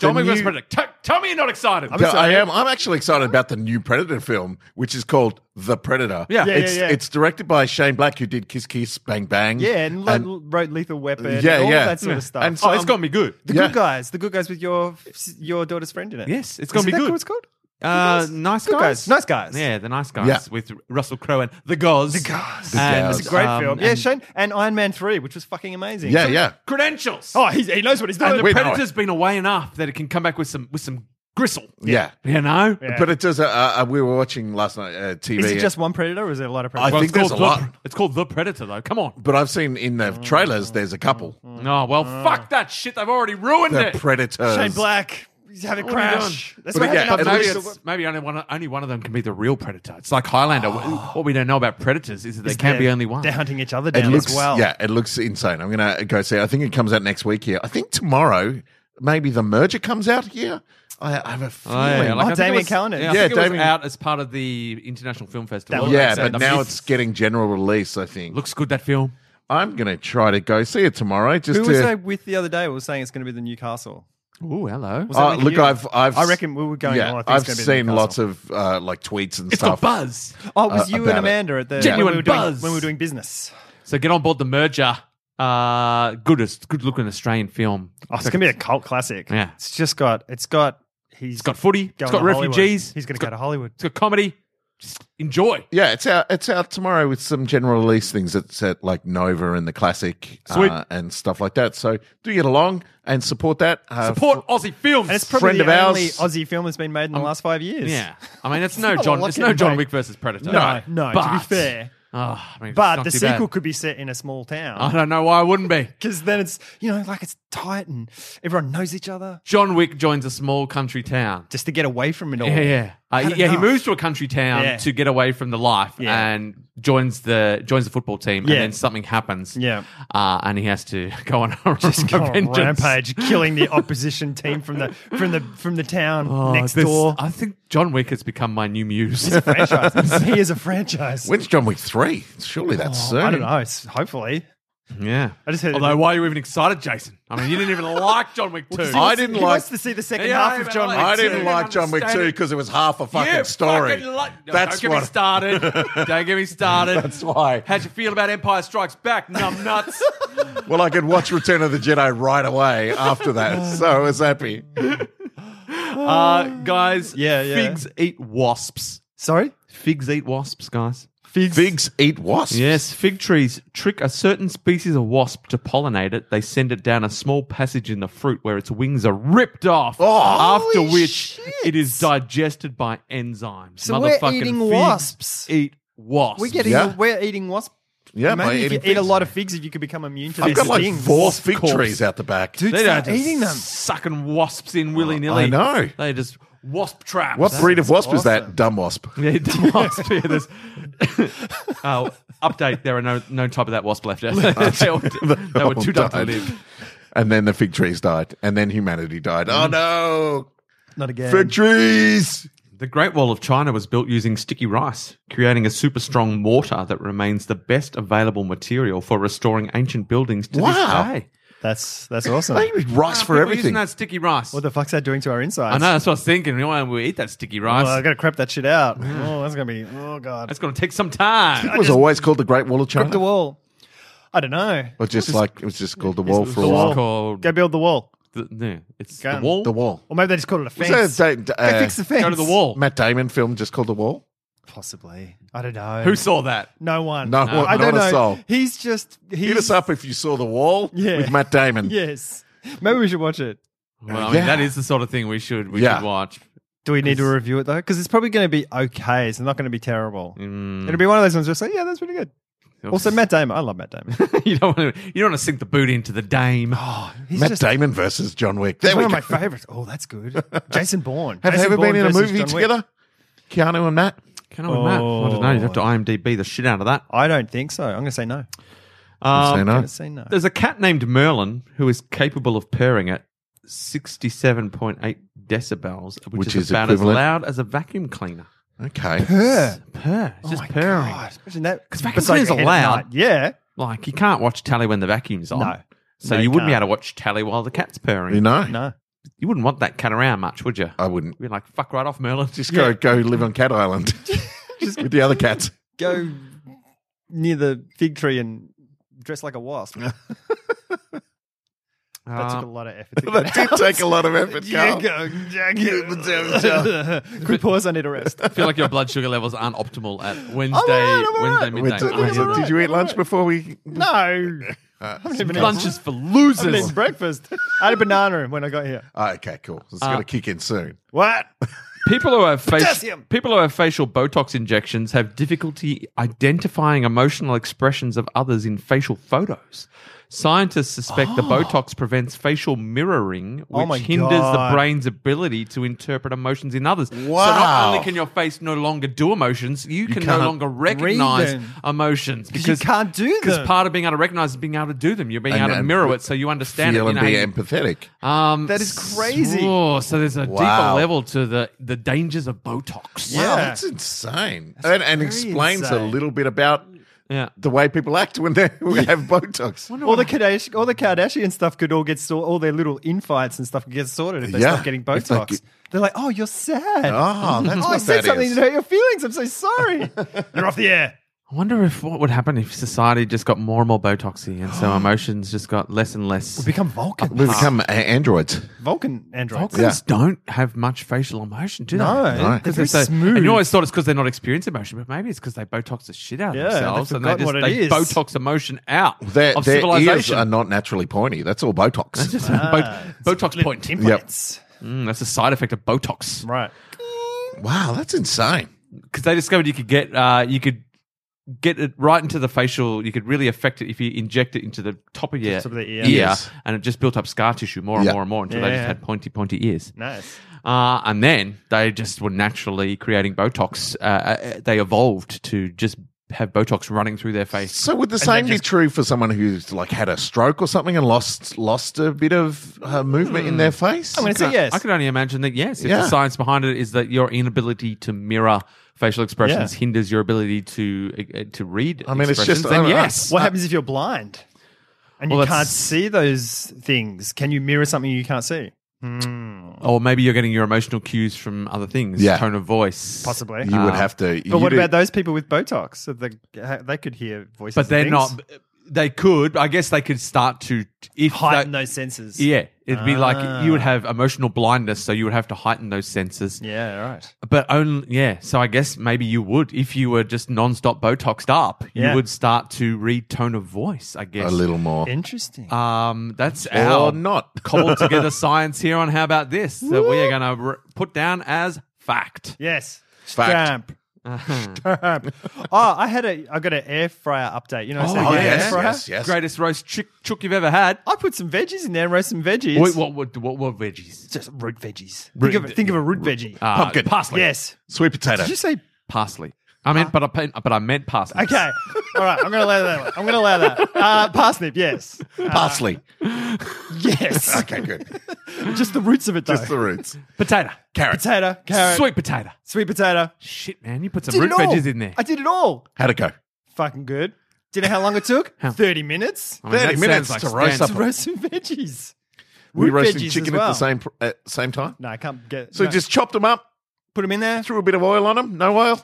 S3: John Wick versus
S1: new-
S3: Predator. T- tell me you're not excited.
S1: No, I am. I'm actually excited about the new Predator film, which is called The Predator.
S3: Yeah. Yeah, yeah,
S1: it's,
S4: yeah.
S1: it's directed by Shane Black, who did Kiss Kiss Bang Bang.
S4: Yeah, and, le- wrote Lethal Weapon.
S1: Yeah,
S4: and all
S1: yeah.
S4: that sort of stuff.
S1: And
S3: oh,
S1: so
S3: it's gonna be good.
S4: the
S1: yeah.
S4: good guys, the good guys with your your daughter's friend in it.
S3: Yes, it's gonna
S4: Isn't
S3: be
S4: that
S3: good.
S4: What it's called?
S3: Uh,
S4: Good
S3: nice
S4: Good
S3: guys.
S4: Nice guys.
S3: Yeah, the nice guys
S1: Yeah.
S3: with Russell Crowe and the Goz. The
S4: Goz.
S1: The Um, Goz.
S4: It's a great
S3: Um,
S4: film. Yeah, Shane and Iron Man three, which was fucking amazing.
S1: yeah, yeah.
S3: Credentials.
S4: Oh, he's, he knows what he's doing.
S3: and the
S1: we know
S3: predator's been away enough that it can come back with some with some gristle.
S1: Yeah.
S3: You know.
S4: Yeah.
S1: But it does. Uh, uh, we were watching last night uh, TV.
S4: is it just one predator, or is there a lot of
S1: I
S4: predators?
S1: think
S3: it's
S1: there's
S3: called
S1: a lot.
S3: The, it's called the Predator, though. Come on.
S1: But I've seen in
S4: Mm,
S1: the trailers, there's a couple.
S3: No, well, fuck that shit. They've already ruined
S1: The
S3: it.
S1: Predators.
S4: Shane Black. He's having a
S3: What are you
S4: crash.
S3: doing?
S4: That's
S1: But
S4: what
S1: yeah,
S4: happened.
S1: and
S3: But
S1: I
S3: maybe,
S1: just-
S3: it's, maybe only one only one of them can be the real predator. It's like Highlander. What- What we don't know about predators is that there can be only one.
S4: They're hunting each other
S1: It
S4: down
S1: looks,
S4: as well.
S1: yeah, it looks insane. I'm gonna go see. I think it comes out next week here. I think tomorrow, maybe the merger comes out here. I, I have a feeling.
S3: Oh, yeah, like, I
S4: Oh,
S3: think
S4: Damien
S3: it was-
S4: Calhoun.
S3: Yeah, I
S1: Yeah,
S3: think it was
S1: Damien-
S3: out as part of the International Film Festival.
S4: That
S1: yeah,
S4: Like,
S1: but
S4: so
S1: now
S4: the-
S1: it's getting general release. I think.
S3: looks good. That film.
S1: I'm gonna try to go see it tomorrow. Just
S4: Who
S1: to
S4: was I with the other day? We were saying it's going to be the Newcastle.
S3: Oh, hello.
S4: Was that
S1: Oh,
S4: with
S1: look,
S4: you?
S1: I've, I've,
S4: I reckon we were going.
S1: yeah,
S4: oh, I think
S1: I've
S4: it's gonna be the
S1: seen
S4: Newcastle.
S1: lots of uh, like tweets and
S3: it's a
S1: stuff.
S3: buzz.
S4: Oh, it was
S1: uh,
S4: you and
S1: about it.
S4: Amanda at the
S1: Yeah.
S4: when we were doing
S3: Buzz.
S4: when we were doing business.
S3: So get on board the merger. Uh, goodest, good looking Australian film.
S4: Oh, it's gonna be a cult classic.
S3: Yeah.
S4: it's just got it's got he's
S3: It's got footy. It's
S4: going
S3: got
S4: to Hollywood.
S3: refugees.
S4: He's gonna
S3: it's
S4: go
S3: got,
S4: to Hollywood.
S3: it's got comedy. Just enjoy.
S1: Yeah, it's out. It's out tomorrow with some general release things. It's at like Nova and the Classic
S3: Sweet.
S1: Uh, and stuff like that. So do get along and support that. Uh,
S3: Support Aussie films.
S4: And it's probably
S1: friend
S4: the
S1: of ours.
S4: only Aussie film that's been made in the last five years.
S3: Um, yeah. I mean, it's no
S4: Not a
S3: John.
S4: lot
S3: It's no
S4: to
S3: John
S4: make.
S3: Wick versus Predator.
S4: No, no. to
S3: But-
S4: be fair,
S3: Oh, I mean, it's
S4: but
S3: not
S4: the
S3: too bad. Oh.
S4: sequel could be set in a small
S3: I
S4: town
S3: don't know why I wouldn't be.
S4: because then it's you know like it's tight and everyone knows each other
S3: John Wick joins a small country town.
S4: just to get away from it all.
S3: Yeah, yeah, uh,
S4: Had
S3: yeah. He
S4: enough.
S3: moves to a country town
S4: Yeah.
S3: to get away from the life,
S4: Yeah.
S3: and joins the joins the football team.
S4: Yeah.
S3: And then something happens.
S4: Yeah.
S3: uh, and he has to go on a,
S4: Just go
S3: a
S4: on a
S3: vengeance.
S4: rampage, killing the opposition team from the from the from the town
S3: Oh,
S4: next
S3: this-
S4: door.
S3: I think John Wick has become my new muse.
S4: franchise. he is a franchise.
S1: When's John Wick three? Surely that's soon.
S4: Oh, I don't know. It's hopefully.
S3: yeah.
S4: I just heard-
S3: Although, why are you even excited, Jason? I mean, you didn't even like John Wick two.
S1: I didn't
S4: he
S1: like-
S4: wants to see the second
S3: Yeah,
S4: half
S3: I
S4: of John Wick.
S1: I
S3: Wick
S1: didn't
S3: two.
S1: like John Wick
S3: Understand
S1: two
S3: it.
S1: because it was half a fucking
S3: You
S1: story.
S3: fucking lo- No,
S1: That's
S3: don't get me
S1: what.
S3: started. don't get me started.
S1: That's why.
S3: How'd you feel about Empire Strikes Back? Numb nuts.
S1: Well, I could watch Return of the Jedi right away after that, so I was happy.
S3: uh, guys,
S4: Oh. Yeah, yeah.
S3: figs eat wasps.
S4: Sorry?
S3: Figs eat wasps, guys.
S4: Figs.
S1: Figs eat wasps.
S3: Yes, fig trees trick a certain species of wasp to pollinate it. They send it down a small passage in the fruit where its wings are ripped off. after
S4: holy
S3: which
S4: shit.
S3: it is digested by enzymes.
S4: So we're
S3: Motherfucking
S4: eating
S3: figs
S4: wasps.
S3: Eat wasps.
S4: We're getting
S1: Yeah.
S4: we're eating wasp.
S1: Yeah, by
S4: Maybe if you
S1: eating
S4: eat a
S1: figs.
S4: lot of figs, if you could become immune to
S1: I've
S4: these
S1: got like
S4: things.
S1: four fig
S3: Corpse.
S1: trees out the back.
S4: Dude,
S3: They don't
S4: start
S3: just
S4: eating them.
S3: Sucking wasps in willy nilly.
S1: I know.
S3: They just wasp traps.
S1: What breed of wasp is
S4: awesome.
S1: that? Dumb wasp.
S3: Yeah, the wasp. Yeah, there's, uh, update: There are no no type of that wasp left. they, all- they were
S1: all
S3: too dumb to
S1: died.
S3: live.
S1: And then the fig trees died, and then humanity died. Oh no,
S4: Not again.
S1: fig trees!
S3: The Great Wall of China was built using sticky rice, creating a super strong mortar that remains the best available material for restoring ancient buildings to
S1: Wow.
S3: this day.
S4: That's that's awesome.
S1: They need rice
S3: People
S1: for
S3: Using
S1: everything.
S3: that sticky rice.
S4: what the fuck's that doing to our insides?
S3: I know that's what I was thinking. Why don't we eat that sticky
S4: Oh,
S3: rice?
S4: I gotta crap that shit out. Oh, that's gonna be. Oh god.
S3: that's going to take some time.
S1: It was always called the Great Wall of
S4: Crap the
S1: China,
S4: wall. I don't know.
S1: or just like it was just called the wall for a
S3: the
S1: while.
S3: wall. called-
S4: Go build the wall,
S3: The- no, it's
S4: Go
S3: the
S4: on.
S3: wall.
S1: The wall.
S4: or maybe they just called it a
S1: Was
S4: fence.
S1: there a da-
S4: Go
S1: uh,
S4: fix the fence.
S3: Go to the wall.
S1: Matt Damon film just called the wall?
S4: Possibly. I don't know.
S3: Who saw that?
S4: No one.
S1: No one,
S4: I
S1: not
S4: don't
S1: a
S4: know.
S1: soul.
S4: He's just. He's,
S1: Hit us up if you saw the wall
S4: Yeah.
S1: with Matt Damon.
S4: Yes. Maybe we should watch it.
S3: Well, I mean,
S1: Yeah.
S3: that is the sort of thing we should we
S1: Yeah.
S3: should watch.
S4: Do we need to review it though? Because it's probably going to be okay. It's not going to be terrible.
S3: Mm.
S4: It'll be one of those ones where it's like, yeah, that's pretty good. Also, Matt Damon. I love Matt Damon.
S3: you don't want to you don't want to sink the boot into the dame. Oh,
S4: He's
S1: Matt
S4: just
S1: Damon versus John Wick. There
S4: one
S1: we
S4: of
S1: go.
S4: my favorites. Oh, that's good. Jason Bourne.
S1: Have they
S4: Jason
S1: ever
S4: Bourne
S1: been in a
S4: versus
S1: movie
S4: John Wick.
S1: together? Keanu and Matt?
S3: Can I win that? I don't know. You'd have to IMDb the shit out of that.
S4: I don't think so. I'm going to say no.
S1: Say no.
S3: Um,
S4: I'm going to say no.
S3: There's a cat named Merlin who is capable of purring at 67.8 decibels, which,
S1: Which
S3: is,
S1: is
S3: about
S1: equivalent-
S3: as loud as a vacuum cleaner.
S1: Okay.
S4: Purr.
S3: Purr. It's just
S4: my
S3: purring.
S4: God. Imagine that.
S3: 'Cause vacuum
S4: Besides
S3: cleaners are
S4: your head at
S3: loud.
S4: night. Yeah.
S3: Like you can't watch Tally when the vacuum's on.
S4: No.
S3: So
S4: No,
S3: you
S4: you
S3: wouldn't be
S4: can't.
S3: able to watch Tally while the cat's purring.
S1: You know?
S4: No.
S3: You wouldn't want that cat around much, would you?
S1: I wouldn't.
S3: You'd be like, fuck right off, Merlin.
S1: Just go go live on Cat Island with the other cats.
S4: Go near the fig tree and dress like a wasp. That took a lot of effort. to
S1: That
S4: get
S1: did
S4: out.
S1: take a lot of effort, Carl.
S4: Yeah, go, Jack. Quick pause. I need a rest.
S3: I feel like your blood sugar levels aren't optimal at Wednesday,
S4: all right, I'm all
S3: Wednesday
S4: right.
S1: With-
S3: midnight.
S1: did,
S3: I hear that.
S1: did you eat lunch before we?
S4: No, I haven't even
S3: Lunch
S4: eaten-
S3: is for
S4: I haven't
S3: losers.
S4: eaten breakfast. I had a banana when I got here.
S1: Ah, okay, cool. It's
S3: Uh,
S1: going to kick in soon.
S4: What?
S3: People who have facial
S4: Potassium.
S3: people who have facial Botox injections have difficulty identifying emotional expressions of others in facial photos. Scientists suspect the Botox prevents facial mirroring,
S4: Oh
S3: which
S4: my
S3: hinders the
S4: God.
S3: brain's ability to interpret emotions in others. So not
S1: Wow.
S3: only can your face no longer do emotions, you, can no
S1: can't
S3: longer recognize
S4: them.
S3: emotions
S4: Because you can't do
S3: Because
S4: them.
S3: part of being able to recognize is being able to do them. You're being
S1: And-
S3: able to
S1: and
S3: mirror it, so you understand it.
S1: Feel
S3: You
S1: and
S3: know
S1: be
S3: how you-
S1: empathetic.
S3: um,
S4: That is crazy.
S3: So, so there's a
S1: Wow.
S3: deeper level to the the dangers of Botox.
S1: Wow,
S4: Yeah.
S1: that's insane. and and
S4: very
S1: explains a
S4: insane.
S1: little bit about
S3: Yeah.
S1: the way people act when they when they have Botox.
S4: All the Kardashian, all the Kardashian stuff could all get sorted. All their little infights and stuff could get sorted if they
S1: Yeah.
S4: stop getting
S1: If they
S4: Botox.
S1: get-
S4: They're like, "Oh, you're sad.
S1: Oh, that's
S4: oh, I
S1: what that
S4: said
S1: is.
S4: something to hurt your feelings. I'm so sorry." They're off the air.
S3: I wonder if what would happen if society just got more and more Botoxy, and so emotions just got less and less.
S4: We become Vulcan. Ah,
S1: We become a- androids.
S4: Vulcan androids.
S3: Vulcans don't have much facial emotion, do
S4: No,
S3: they?
S4: No.
S3: because
S4: they're very smooth.
S3: And you always thought it's because they're not experiencing emotion, but maybe it's because they Botox the shit out of
S4: Yeah, they've
S3: themselves, and they
S4: forgotten
S3: just
S4: what it
S3: they
S4: is.
S3: Botox emotion out
S1: Their,
S3: of
S1: their ears
S3: civilization.
S1: are not naturally pointy. That's all Botox.
S3: Just
S4: Ah,
S3: a Bo- Botox point.
S4: Implants.
S3: Mm, that's a side effect of Botox.
S4: Right.
S1: wow, that's insane.
S3: because they discovered you could get uh, you could get it right into the facial. You could really affect it if you inject it into the top of your
S4: top of the
S3: ear,
S4: ear.
S1: Yes.
S3: and it just built up scar tissue more and
S1: Yeah.
S3: more and more until they just
S4: Yeah.
S3: had pointy, pointy ears.
S4: Nice.
S3: Uh, and then they just were naturally creating Botox. Uh, Uh, they evolved to just have Botox running through their face.
S1: So would the same
S4: they
S1: be
S4: just-
S1: true for someone who's like had a stroke or something and lost lost a bit of uh, movement in their face?
S4: Hmm. I'm going to say yes.
S3: I can only imagine that yes, if
S1: Yeah.
S3: the science behind it is that your inability to mirror facial expressions
S4: Yeah.
S3: hinders your ability to uh, to read.
S1: I mean, it's
S3: expressions,
S1: just-
S3: then
S1: I- I-
S3: yes.
S4: What happens if you're blind and
S3: Well,
S4: you
S3: that's-
S4: can't see those things? Can you mirror something you can't see? Hmm.
S3: Or maybe you're getting your emotional cues from other things,
S1: Yeah.
S3: tone of voice,
S4: possibly.
S1: you would have to.
S4: but what about those people with Botox? So they, they could hear voices.
S3: But they're
S4: and
S3: not.
S4: things?
S3: They could, I guess, they could start to if
S4: heighten
S3: they-
S4: those senses.
S3: Yeah, it'd be
S4: Ah.
S3: like you would have emotional blindness, so you would have to heighten those senses.
S4: Yeah, right.
S3: But only, yeah. So I guess maybe you would, if you were just nonstop Botoxed up,
S4: Yeah.
S3: you would start to read tone of voice. I guess
S1: a little more.
S4: Interesting.
S3: Um, that's
S1: Or
S3: our
S1: not.
S3: cobbled together science here on how about this that we are going to r put down as fact.
S4: yes.
S1: Fact. Uh-huh.
S4: Stamp. Stamp. oh, I had a I got an air fryer update. You know what I'm
S1: Oh,
S4: saying?
S1: yes,
S4: Air fryer.
S1: yes, yes.
S3: Greatest roast chick, chook you've ever had.
S4: I put some veggies in there and roast some veggies.
S3: Wait, what, what, what, what veggies?
S4: Just root veggies.
S3: Root-
S4: think, of, think of a root veggie.
S3: Uh,
S1: Pumpkin.
S3: Parsley.
S4: yes.
S1: Ah, Sweet potato.
S4: Did you say?
S3: Parsley. I meant, but I, pen- but I meant parsley.
S4: Okay. All right. I'm going to allow that. one. I'm going to allow that. Uh, parsnip. Yes. Uh,
S1: Parsley.
S4: Yes.
S1: okay, good.
S4: Just the roots of it, though.
S1: Just the roots.
S3: Potato.
S1: Carrot.
S4: potato, carrot,
S3: Sweet
S4: sweet,
S3: potato.
S4: potato.
S3: Shit, man. You put some
S4: Did
S3: root
S4: it all.
S3: veggies in there.
S4: I did it all.
S1: How'd it go?
S4: Fucking good. Do you know how long it took?
S3: How?
S4: 30 minutes.
S3: I mean,
S1: 30
S3: that
S1: minutes
S3: sounds
S1: to roast
S3: standard-
S1: up.
S4: To roast some veggies.
S1: We
S4: Root
S1: roasted
S4: veggies as
S1: chicken at
S4: well.
S1: the same pr- at the same time.
S4: No, I can't get.
S1: So
S4: no.
S1: just chopped them up,
S4: put them in there.
S1: threw a bit of oil on them. No oil.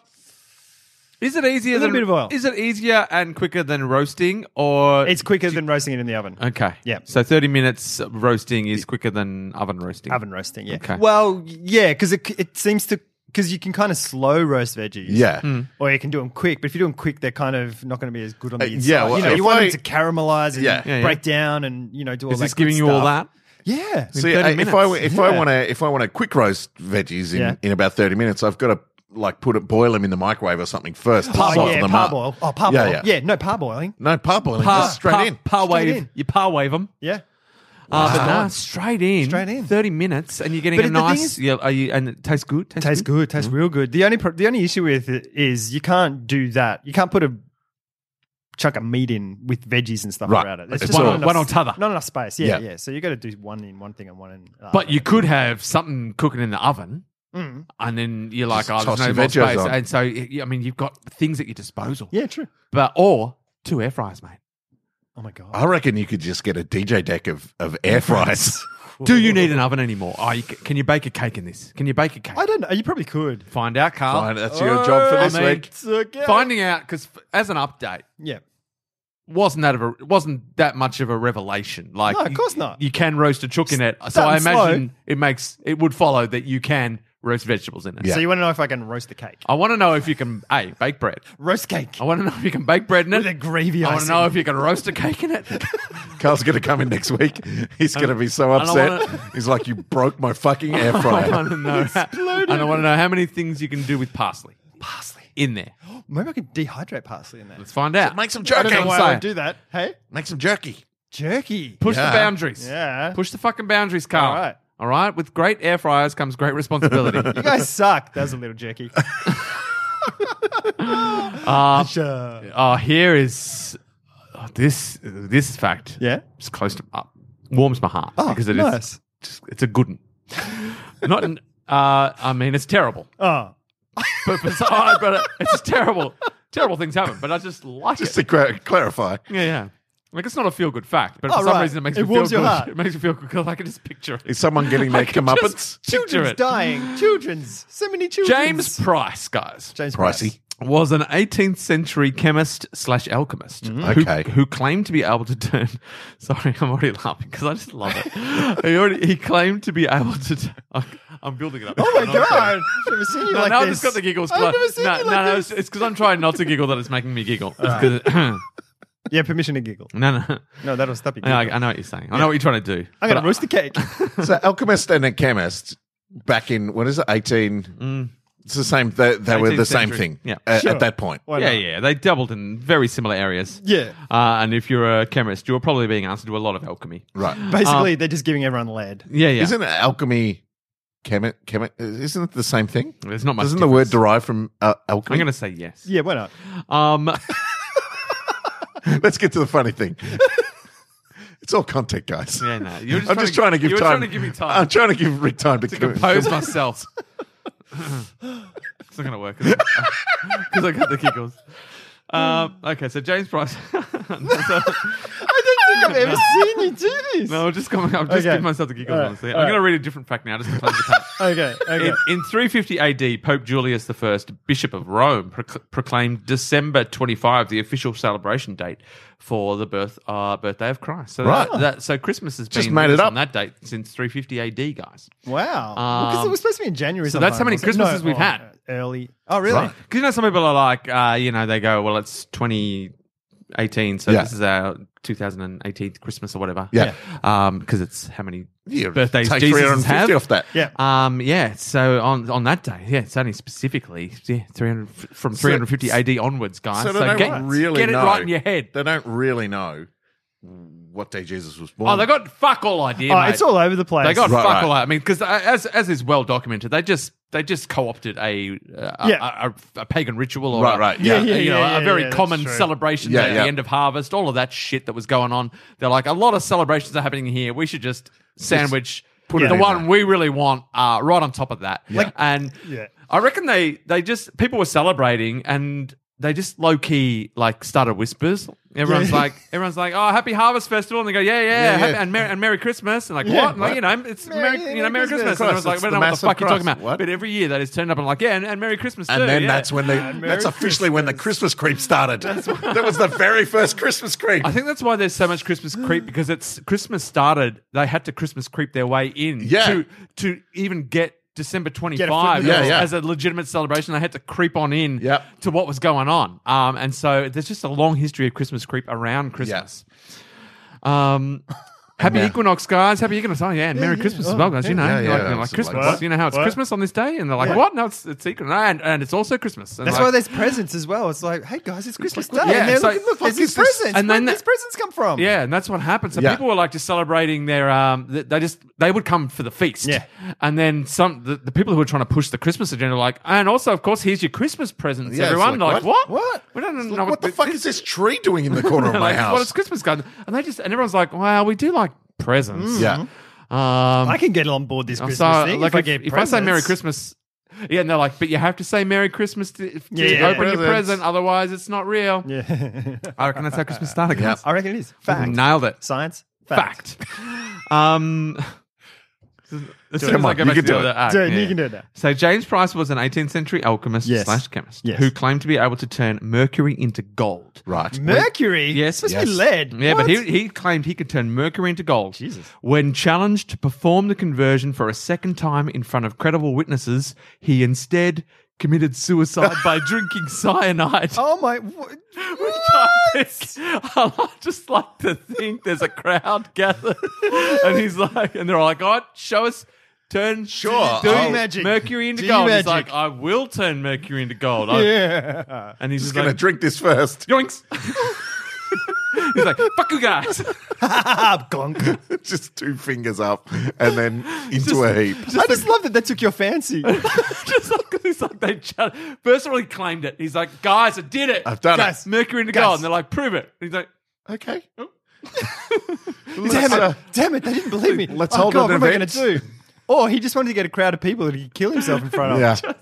S3: Is it easier
S4: A little
S3: than
S4: bit of oil.
S3: Is it easier and quicker than roasting or
S4: It's quicker than roasting it in the oven.
S3: Okay.
S4: Yeah.
S3: So 30 minutes of roasting is quicker than oven roasting.
S4: Oven roasting, yeah.
S3: Okay.
S4: Well, yeah, because it, it seems to because you can kind of slow roast veggies.
S1: Yeah.
S4: Or you can do them quick, but if you do them quick, they're kind of not going to be as good on the
S1: Uh,
S4: inside.
S1: yeah, well,
S4: you know,
S1: if
S4: you want
S1: I-
S4: them to caramelize and
S1: Yeah.
S3: Yeah, yeah.
S4: break down, and you know, do all
S3: Is
S4: that.
S3: this
S4: good
S3: giving you all
S4: stuff.
S3: that?
S4: Yeah.
S1: See,
S3: 30
S1: I- if I
S3: minutes.
S1: if I
S4: Yeah.
S1: want to if I want to quick roast veggies in,
S4: Yeah.
S1: in about thirty minutes, I've got to like put it boil them in the microwave or something first. to
S4: Oh,
S1: soften
S4: yeah,
S1: them up.
S4: parboil. Oh, parboil.
S1: Yeah,
S4: Yeah,
S1: yeah.
S4: no, parboiling.
S1: No, parboiling
S3: Par,
S1: just straight
S3: par,
S1: in.
S3: Par wave.
S4: Straight in.
S3: You par wave them.
S4: Yeah.
S3: Uh, but
S4: Wow.
S3: nah, straight in.
S4: Straight in.
S3: 30 minutes and you're getting
S4: But
S3: a
S4: the thing
S3: nice.
S4: is-
S3: yeah, are you, and it tastes good?
S4: Tastes good. Tastes
S3: Mm-hmm.
S4: real good. The only pro- the only issue with it is you can't do that. You can't put a chunk of meat in with veggies and stuff
S1: Right.
S4: around it.
S1: It's
S4: It's,
S1: one
S4: not
S1: on-
S4: enough-
S3: one on t'other.
S4: Not enough space. Yeah,
S1: Yeah.
S4: yeah. So you got to do one in one thing and one in. The
S3: But
S4: other.
S3: you could have something cooking in the oven.
S4: Mm.
S3: And then you're like,
S1: Just
S3: oh,
S1: toss
S3: there's no
S1: your veggies
S3: more space.
S1: on.
S3: And so, y- I mean, you've got things at your disposal.
S4: yeah, true.
S3: But, or two air fryers, mate.
S4: Oh my god.
S1: I reckon you could just get a DJ deck of, of air fries.
S3: Do you need an oven anymore? Oh, you, c- can you bake a cake in this? Can you bake a cake?
S4: I don't know. You probably could.
S3: Find out, Carl.
S1: Fine, that's your job for
S3: I
S1: this
S3: mean,
S1: week.
S4: Okay.
S3: Finding out because as an update,
S4: Yeah.
S3: wasn't that of a wasn't that much of a revelation? Like,
S4: No, of
S3: you-
S4: course not.
S3: You can roast a chook in it, so
S4: Start
S3: I
S4: and slow.
S3: imagine it makes it would follow that you can roast vegetables in it.
S1: Yeah.
S4: So you want to know if I can roast the cake?
S3: I want to know if you can a bake bread.
S4: Roast cake.
S3: I want to know if you can bake bread in it
S4: With a gravy
S3: I want to
S4: icing.
S3: know if you can roast a cake in it.
S1: Carl's going to come in next week. He's going to be so
S3: don't
S1: upset.
S3: wanna-
S1: He's like, "You broke my fucking air
S3: I want
S1: fryer."
S3: to know. How, and I want to know how many things you can do with parsley
S4: Parsley.
S3: in there.
S4: Maybe I could dehydrate parsley in that.
S3: Let's find out.
S1: Make some
S4: I don't
S1: jerky.
S4: know why I
S3: saying.
S4: would do that. Hey,
S1: Make some jerky.
S4: jerky.
S3: Push
S1: Yeah.
S3: the boundaries.
S4: Yeah.
S3: Push the fucking boundaries, Carl.
S4: All right.
S3: All right. With great air fryers comes great responsibility.
S4: You guys suck. That was a little jerky.
S3: uh,
S4: Sure.
S3: uh, here is uh, this this fact.
S4: Yeah.
S3: It's close to uh, warms my heart
S4: Oh,
S3: because it is
S4: nice.
S3: just, it's a good one. Not an, uh, I mean it's terrible.
S4: Oh.
S3: But, but, oh, but it's just terrible. Terrible things happen, but I just like
S1: Just
S3: it.
S1: to clar- clarify,
S3: yeah, yeah. Like it's not a feel good fact, but
S4: Oh,
S3: for some
S4: right.
S3: reason it makes
S4: It
S3: me
S4: warms
S3: feel
S4: your
S3: good.
S4: heart.
S3: It makes me feel good 'cause I can just picture it.
S1: is someone getting their comeuppance?
S3: Just picture
S4: Children's
S3: it.
S4: dying. Children's. So many children.
S3: James Price, guys.
S4: James
S1: Pricey.
S3: was an 18th century chemist slash alchemist
S4: Mm-hmm.
S3: who,
S1: Okay.
S3: who claimed to be able to turn. Sorry, I'm already laughing because I just love it. he, already, he claimed to be able to. T- I'm building it up.
S4: Oh my god. I've never seen you
S3: No,
S4: like
S3: now
S4: this.
S3: I've just got the giggles.
S4: I've never
S3: close.
S4: seen
S3: no,
S4: you
S3: no,
S4: like
S3: no,
S4: this.
S3: it's because I'm trying not to giggle that it's making me giggle. It's 'cause-
S4: Yeah, permission to giggle.
S3: no, no.
S4: No, that'll stop you.
S3: I, I know what you're saying. I know what you're trying to do.
S4: I'm
S3: But
S4: going to roast the cake.
S1: so alchemist and a chemist back in what is it 18 it's the same they, they were the same
S3: 18th Mm. century.
S1: thing
S3: Yeah.
S1: a-
S4: Sure.
S1: at that point
S4: Why
S3: yeah,
S4: not?
S3: yeah. They doubled in very similar areas.
S4: Yeah.
S3: Uh, and if you're a chemist, you're probably being asked to do a lot of alchemy.
S1: right
S4: Basically, they're just giving everyone lead.
S3: Yeah, yeah.
S1: isn't alchemy chemi- chemi- isn't it the same thing
S3: There's not much
S1: doesn't the word derive from uh, alchemy
S3: I'm going to say yes.
S4: Yeah, why not?
S3: Um,
S1: let's get to the funny thing it's all content guys
S3: yeah, no. You're just
S1: i'm just trying to give
S3: you were
S1: time
S3: trying to give me
S1: i'm
S3: time
S1: trying to give rick time to,
S3: to
S1: com-
S3: compose myself. it's not going to work because I got the giggles. Um, okay, so James Price. So-
S4: I think I've ever seen you do this.
S3: No, just coming up. Just
S4: Okay.
S3: give myself the giggles,
S4: All right.
S3: honestly. I'm
S4: All right.
S3: going to read a different fact now, just to close the page.
S4: Okay, okay.
S3: In, in 350 AD, Pope Julius I, Bishop of Rome, proc- proclaimed December 25 the official celebration date for the birth uh, birthday of Christ. So that-
S1: Right.
S3: that, so Christmas has
S1: Just
S3: been
S1: made
S3: with
S1: it
S3: us
S1: up.
S3: on that date since 350 AD, guys.
S4: wow. Because
S3: Um,
S4: it was supposed to be in January.
S3: so that's how
S4: sometime,
S3: many
S4: wasn't it?
S3: Christmases we've
S4: oh,
S3: had.
S4: Early. Oh, really?
S1: Right.
S3: Because you know, some people are like, uh, you know, they go, well, it's 2018, so
S1: Yeah.
S3: this is our 2018 Christmas or whatever.
S1: Yeah.
S3: Because it's how many
S1: Yeah,
S3: birthdays
S1: take
S3: Jesus
S1: 350
S3: have.
S1: off that.
S4: Yeah.
S3: Um, yeah. So on on that day, yeah, it's only specifically yeah, 300 f- from 350 AD onwards, guys.
S1: So
S3: So,
S1: they don't
S3: get,
S1: really
S3: get it
S1: know.
S3: right in your head.
S1: They don't really know what day Jesus was born.
S3: Oh, they got fuck all idea.
S4: Oh,
S3: mate.
S4: it's all over the place.
S3: They got
S1: Right,
S3: fuck
S1: right.
S3: all. I mean, because as as is well documented, they just they just co opted a, uh,
S4: Yeah.
S3: a, a a pagan ritual or
S1: Right,
S3: a-
S1: right,
S3: a-
S1: yeah.
S4: Yeah, yeah,
S3: you know
S4: yeah, yeah,
S3: a very
S4: yeah, that's
S3: common
S4: true.
S3: celebration
S1: Yeah,
S3: at
S1: yeah.
S3: the end of harvest. All of that shit that was going on. They're like a lot of celebrations are happening here. We should just sandwich.
S1: put it
S3: the
S1: in
S3: one
S1: there.
S3: we really want uh, right on top of that.
S1: Like-
S3: and
S4: Yeah.
S3: I reckon they they just people were celebrating and they just low key like started whispers. Everyone's
S4: Yeah.
S3: like everyone's like, oh, happy harvest festival, and they go, yeah, yeah,
S1: Yeah,
S3: happy-
S1: yeah.
S3: and, Merry, and Merry Christmas, and like
S4: Yeah.
S3: what? And, like, you know, it's Merry, you know, Merry Christmas. And I was
S1: Christ,
S3: like,
S1: it's
S3: I don't
S1: the
S3: know what the
S1: mass
S3: fuck
S1: of
S3: you're talking
S1: Christ.
S3: about.
S1: What?
S3: But every year that is turned up and like, yeah, and, and Merry Christmas
S1: and
S3: too.
S1: then
S3: yeah.
S1: that's when they
S4: Merry
S1: that's officially when the Christmas creep started. that was the very first Christmas creep.
S3: I think that's why there's so much Christmas creep because it's Christmas started. They had to Christmas creep their way in
S1: Yeah.
S3: to to even get December 25
S1: Yeah,
S3: as,
S1: yeah.
S3: as a legitimate celebration. They had to creep on in
S1: Yep.
S3: to what was going on. Um, and so there's just a long history of Christmas creep around Christmas. Um, happy
S1: Yeah.
S3: equinox, guys. Happy equinox. Oh, yeah. And Merry
S4: yeah.
S3: Christmas
S4: Oh,
S3: as well, guys. You know,
S1: yeah,
S3: you're
S1: yeah,
S3: like, you're like,
S1: absolutely.
S3: Christmas.
S1: What?
S3: You know how it's
S4: What?
S3: Christmas on this day? And they're like,
S4: Yeah.
S3: what? No, it's, it's equinox. And, and it's also Christmas. And
S4: That's
S3: like-
S4: why there's presents as well. It's like, hey guys, it's Christmas Day.
S3: Yeah,
S4: and they're
S3: so-
S4: looking, look,
S3: fuck
S4: there's these
S3: is this-
S4: presents.
S3: and
S4: Where
S3: then
S4: did
S3: that-
S4: these presents come from?
S3: Yeah, and that's what happened. So
S1: Yeah.
S3: people were like just celebrating their um they, they just they would come for the feast.
S4: Yeah.
S3: And then some the, the people who were trying to push the Christmas agenda were like, and also of course here's your Christmas presents,
S1: Yeah, it's
S3: everyone.
S1: like,
S3: Like,
S1: what?
S3: what?
S4: What?
S3: We don't
S1: It's
S3: know
S1: like,
S3: what,
S1: what the fuck is this tree doing in the corner of my
S3: like, Well
S1: house?
S3: it's Christmas garden. And they just and everyone's like, Well, we do like presents.
S1: yeah,
S3: Um
S4: I can get on board this
S3: I'm
S4: Christmas
S3: sorry,
S4: thing.
S3: like
S4: if, I
S3: if,
S4: get
S3: if I say Merry
S4: presents.
S3: Christmas yeah, and they're like, but you have to say Merry Christmas to, to
S4: Yeah, yeah,
S3: open your
S1: presents.
S3: present, otherwise it's not real.
S4: Yeah.
S3: I reckon that's how Christmas started.
S1: Yeah.
S3: guys.
S4: I reckon it is. Fact.
S3: Nailed it.
S4: Science. Fact.
S3: fact. um, as soon as I
S1: on,
S3: go
S1: you
S3: back
S1: can
S3: to
S1: do
S3: the other
S1: it.
S3: act,
S4: Do it, you
S3: yeah.
S4: can do it now.
S3: So James Price was an 18th century alchemist
S4: Yes.
S3: slash chemist
S4: Yes.
S3: who claimed to be able to turn mercury into gold.
S1: right.
S4: Mercury?
S3: Yes.
S4: Supposed to
S1: Yes.
S4: be lead.
S3: Yeah, but
S4: What?
S3: he, he claimed he could turn mercury into gold.
S4: Jesus.
S3: When challenged to perform the conversion for a second time in front of credible witnesses, he instead committed suicide by drinking cyanide.
S4: Oh my. What?
S3: Which I think- I just like to think there's a crowd gathered, and he's like, and they're like, "Oh, show us." Turn
S1: Sure,
S3: do
S1: I'll-
S4: magic.
S3: mercury into
S4: Do
S3: gold. He's
S4: magic.
S3: like, I will turn mercury into gold. I-
S4: Yeah.
S3: And he's
S1: Just
S3: just
S1: gonna
S3: like,
S1: drink this first.
S3: yoinks. he's like, fuck you guys.
S4: Ah, gonk.
S1: just two fingers up and then into a heap.
S4: I just love that that took your fancy.
S3: just like, he's like they chat. First of all, he claimed it. He's like, guys, I did it.
S1: I've done
S4: Guys.
S3: mercury into
S4: Guys.
S3: gold. And they're like, prove it. And he's like,
S1: it. Okay.
S4: Damn
S1: Oh. Let's, uh,
S4: it. Damn it. They didn't believe me.
S1: Let's
S4: oh,
S1: hold
S4: God,
S1: an
S4: What am I
S1: event.
S4: going to do? Or he just wanted to get a crowd of people that he could kill himself in front of.
S1: Yeah.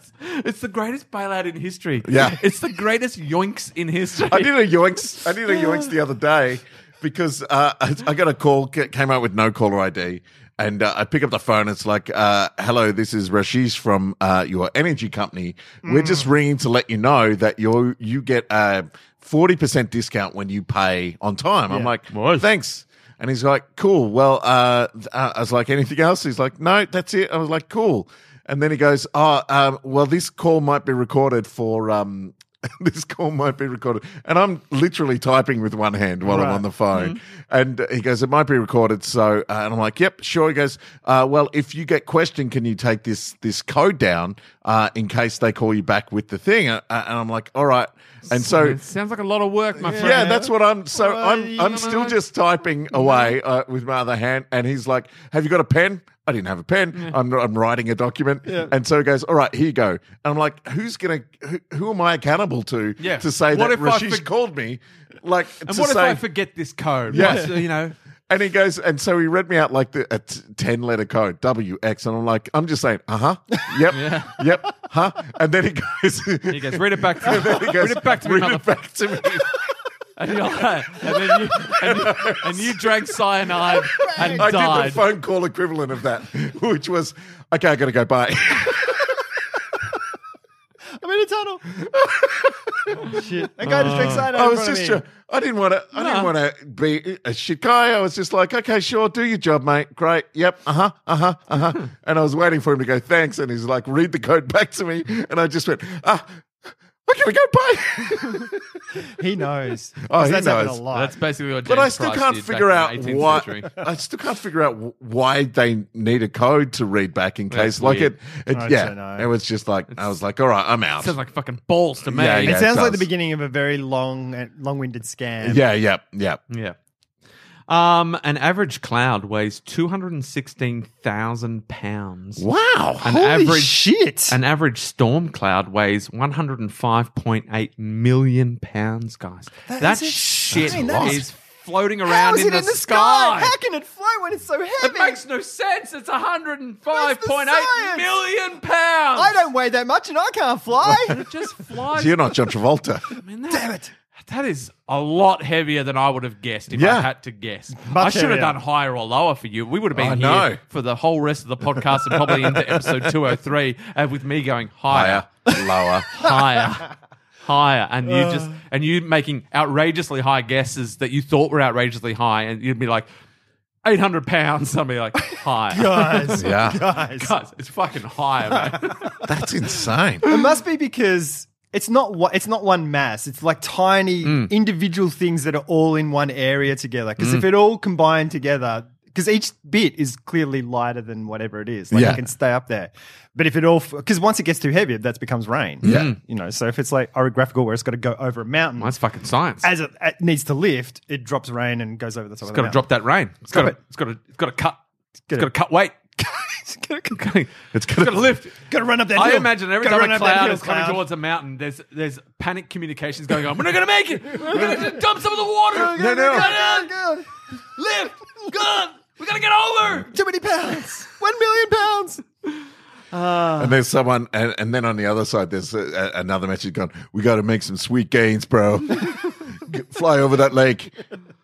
S3: it's the greatest bailout in history.
S1: Yeah.
S3: It's the greatest yoinks in history.
S1: I did a yoinks. I did a yoinks the other day because uh, I, I got a call. ca- Came out with no caller ID, and uh, I pick up the phone. It's like, uh, "Hello, this is Rashish from uh, your energy company. We're just ringing to let you know that you you get a forty percent discount when you pay on time." I'm
S4: Yeah.
S1: like, "Thanks." And he's like, cool. Well, uh, th- uh, I was like, anything else? He's like, no, that's it. I was like, cool. And then he goes, oh, um, well, this call might be recorded for, um, this call might be recorded. And I'm literally typing with one hand while I'm
S4: Right.
S1: on the phone. And uh, he goes, it might be recorded. So, uh, and I'm like, yep, sure. He goes, uh, well, if you get questioned, can you take this, this code down, uh, in case they call you back with the thing? Uh, uh, and I'm like, all right. And so,
S3: it sounds like a lot of work, my friend.
S1: yeah, that's what I'm. So
S4: Well,
S1: I'm
S4: you
S1: I'm
S4: know.
S1: still just typing away uh, with my other hand, and he's like, "Have you got a pen?" I didn't have a pen. I'm I'm writing a document, and so he goes, "All right, here you go." And I'm like, "Who's gonna? Who, who am I accountable to
S3: Yeah.
S1: to say
S3: What
S1: that
S3: if I
S1: Rashish
S3: forg-
S1: called me?" Like,
S3: And
S1: to
S3: what if
S1: say-
S3: I forget this code?
S1: Yeah.
S3: What, you know.
S1: and he goes, and so he read me out like the, a t- 10 letter code, WX. And I'm like, I'm just saying, uh huh. Yep.
S3: Yeah.
S1: Yep. Huh. And then he goes,
S3: He goes, read it back to
S1: and then
S3: me.
S1: he goes,
S3: read it back to me,
S1: "Read
S3: mother.
S1: it back to me.
S3: and you're like, and then you, and you, and you drank cyanide and
S1: I did
S3: died.
S1: the phone call equivalent of that, which was okay. I got to go. Bye.
S4: I'm in a tunnel. Shit. I got to fix that.
S1: Oh. I was just. tr- I didn't want to. I didn't want to be a shit guy. I was just like, okay, sure, do your job, mate. Great. Yep. Uh huh. Uh huh. Uh huh. and I was waiting for him to go thanks, and he's like, read the code back to me, and I just went, ah, I gotta go. Bye.
S4: He knows.
S1: Oh, he
S4: that's happened
S1: knows.
S4: a lot.
S3: That's basically what. James
S1: but I still
S3: Price
S1: can't
S3: did
S1: figure
S3: back
S1: out
S3: in the 18th
S1: why.
S3: century.
S1: I still can't figure out wh- why they need a code to read back in
S3: That's
S1: case, like
S3: weird.
S1: it. it
S4: I don't
S1: yeah,
S4: know.
S1: it was just like I was like, all right, I'm out.
S3: Sounds like fucking balls to me.
S1: Yeah,
S4: it
S1: yeah.
S4: sounds like
S1: does.
S4: the beginning of a very long, and long-winded scam.
S1: yeah, yeah, yeah.
S3: Yeah. Um, an average cloud weighs 216,000 pounds.
S1: Wow.
S3: An
S4: Holy
S3: average
S4: shit.
S3: An average storm cloud weighs 105.8 million pounds, guys. That,
S4: is
S3: shit
S4: insane. That
S3: is,
S4: is-
S3: floating
S4: How
S3: around
S4: is
S3: in,
S4: it
S3: the
S4: in the
S3: sky.
S4: sky? How can it fly when it's so heavy?
S3: It makes no sense. It's
S4: Where's the
S3: 105.8
S4: science?
S3: million pounds.
S4: I don't weigh that much and I can't fly.
S3: It just flies.
S1: So you're not John Travolta.
S3: I mean, that-
S4: Damn it.
S3: That is a lot heavier than I would have guessed if I
S1: Yeah.
S3: had to guess.
S4: Much
S3: I should have
S4: heavier.
S3: done higher or lower for you. We would have been
S1: I
S3: here
S1: know.
S3: for the whole rest of the podcast and probably into episode 203 uh, with me going higher,
S1: Higher, lower.
S3: higher, higher. and you just and you making outrageously high guesses that you thought were outrageously high, and you'd be like, eight hundred pounds. I'd be like, higher,
S4: Guys.
S1: Yeah.
S4: Guys.
S3: guys, it's fucking higher, man.
S1: That's insane.
S4: It must be because it's not one, it's not one mass. It's like tiny
S3: Mm.
S4: individual things that are all in one area together. Because if it all combined together, because each bit is clearly lighter than whatever it is, like
S1: Yeah.
S4: it can stay up there. But if it all, because once it gets too heavy, that becomes rain.
S1: Yeah.
S4: you know. So if it's like orographical, where it's got to go over a mountain,
S3: That's fucking science.
S4: as it, it needs to lift, it drops rain and goes over the
S3: It's
S4: top. of
S3: got
S4: the
S3: to drop that rain. It's got to.
S4: it.
S3: It's got to. It's got to cut. It's
S4: Get
S3: got to
S4: it.
S3: cut weight.
S1: It's gonna-
S3: lift.
S4: Got to run up that.
S3: I
S4: hill.
S3: imagine every
S4: Gotta
S3: time
S4: run
S3: a
S4: up that
S3: cloud
S4: hill,
S3: is coming
S4: cloud.
S3: towards a mountain, there's there's panic communications going on. We're not going to make it. We're going to dump some of the water.
S1: No, no.
S3: Gotta lift. God, we got to get over.
S4: Oh, Too many pounds. One million pounds.
S1: And there's someone, and, and then on the other side, there's a, a, another message gone. We got to make some sweet gains, bro. G- Fly over that lake,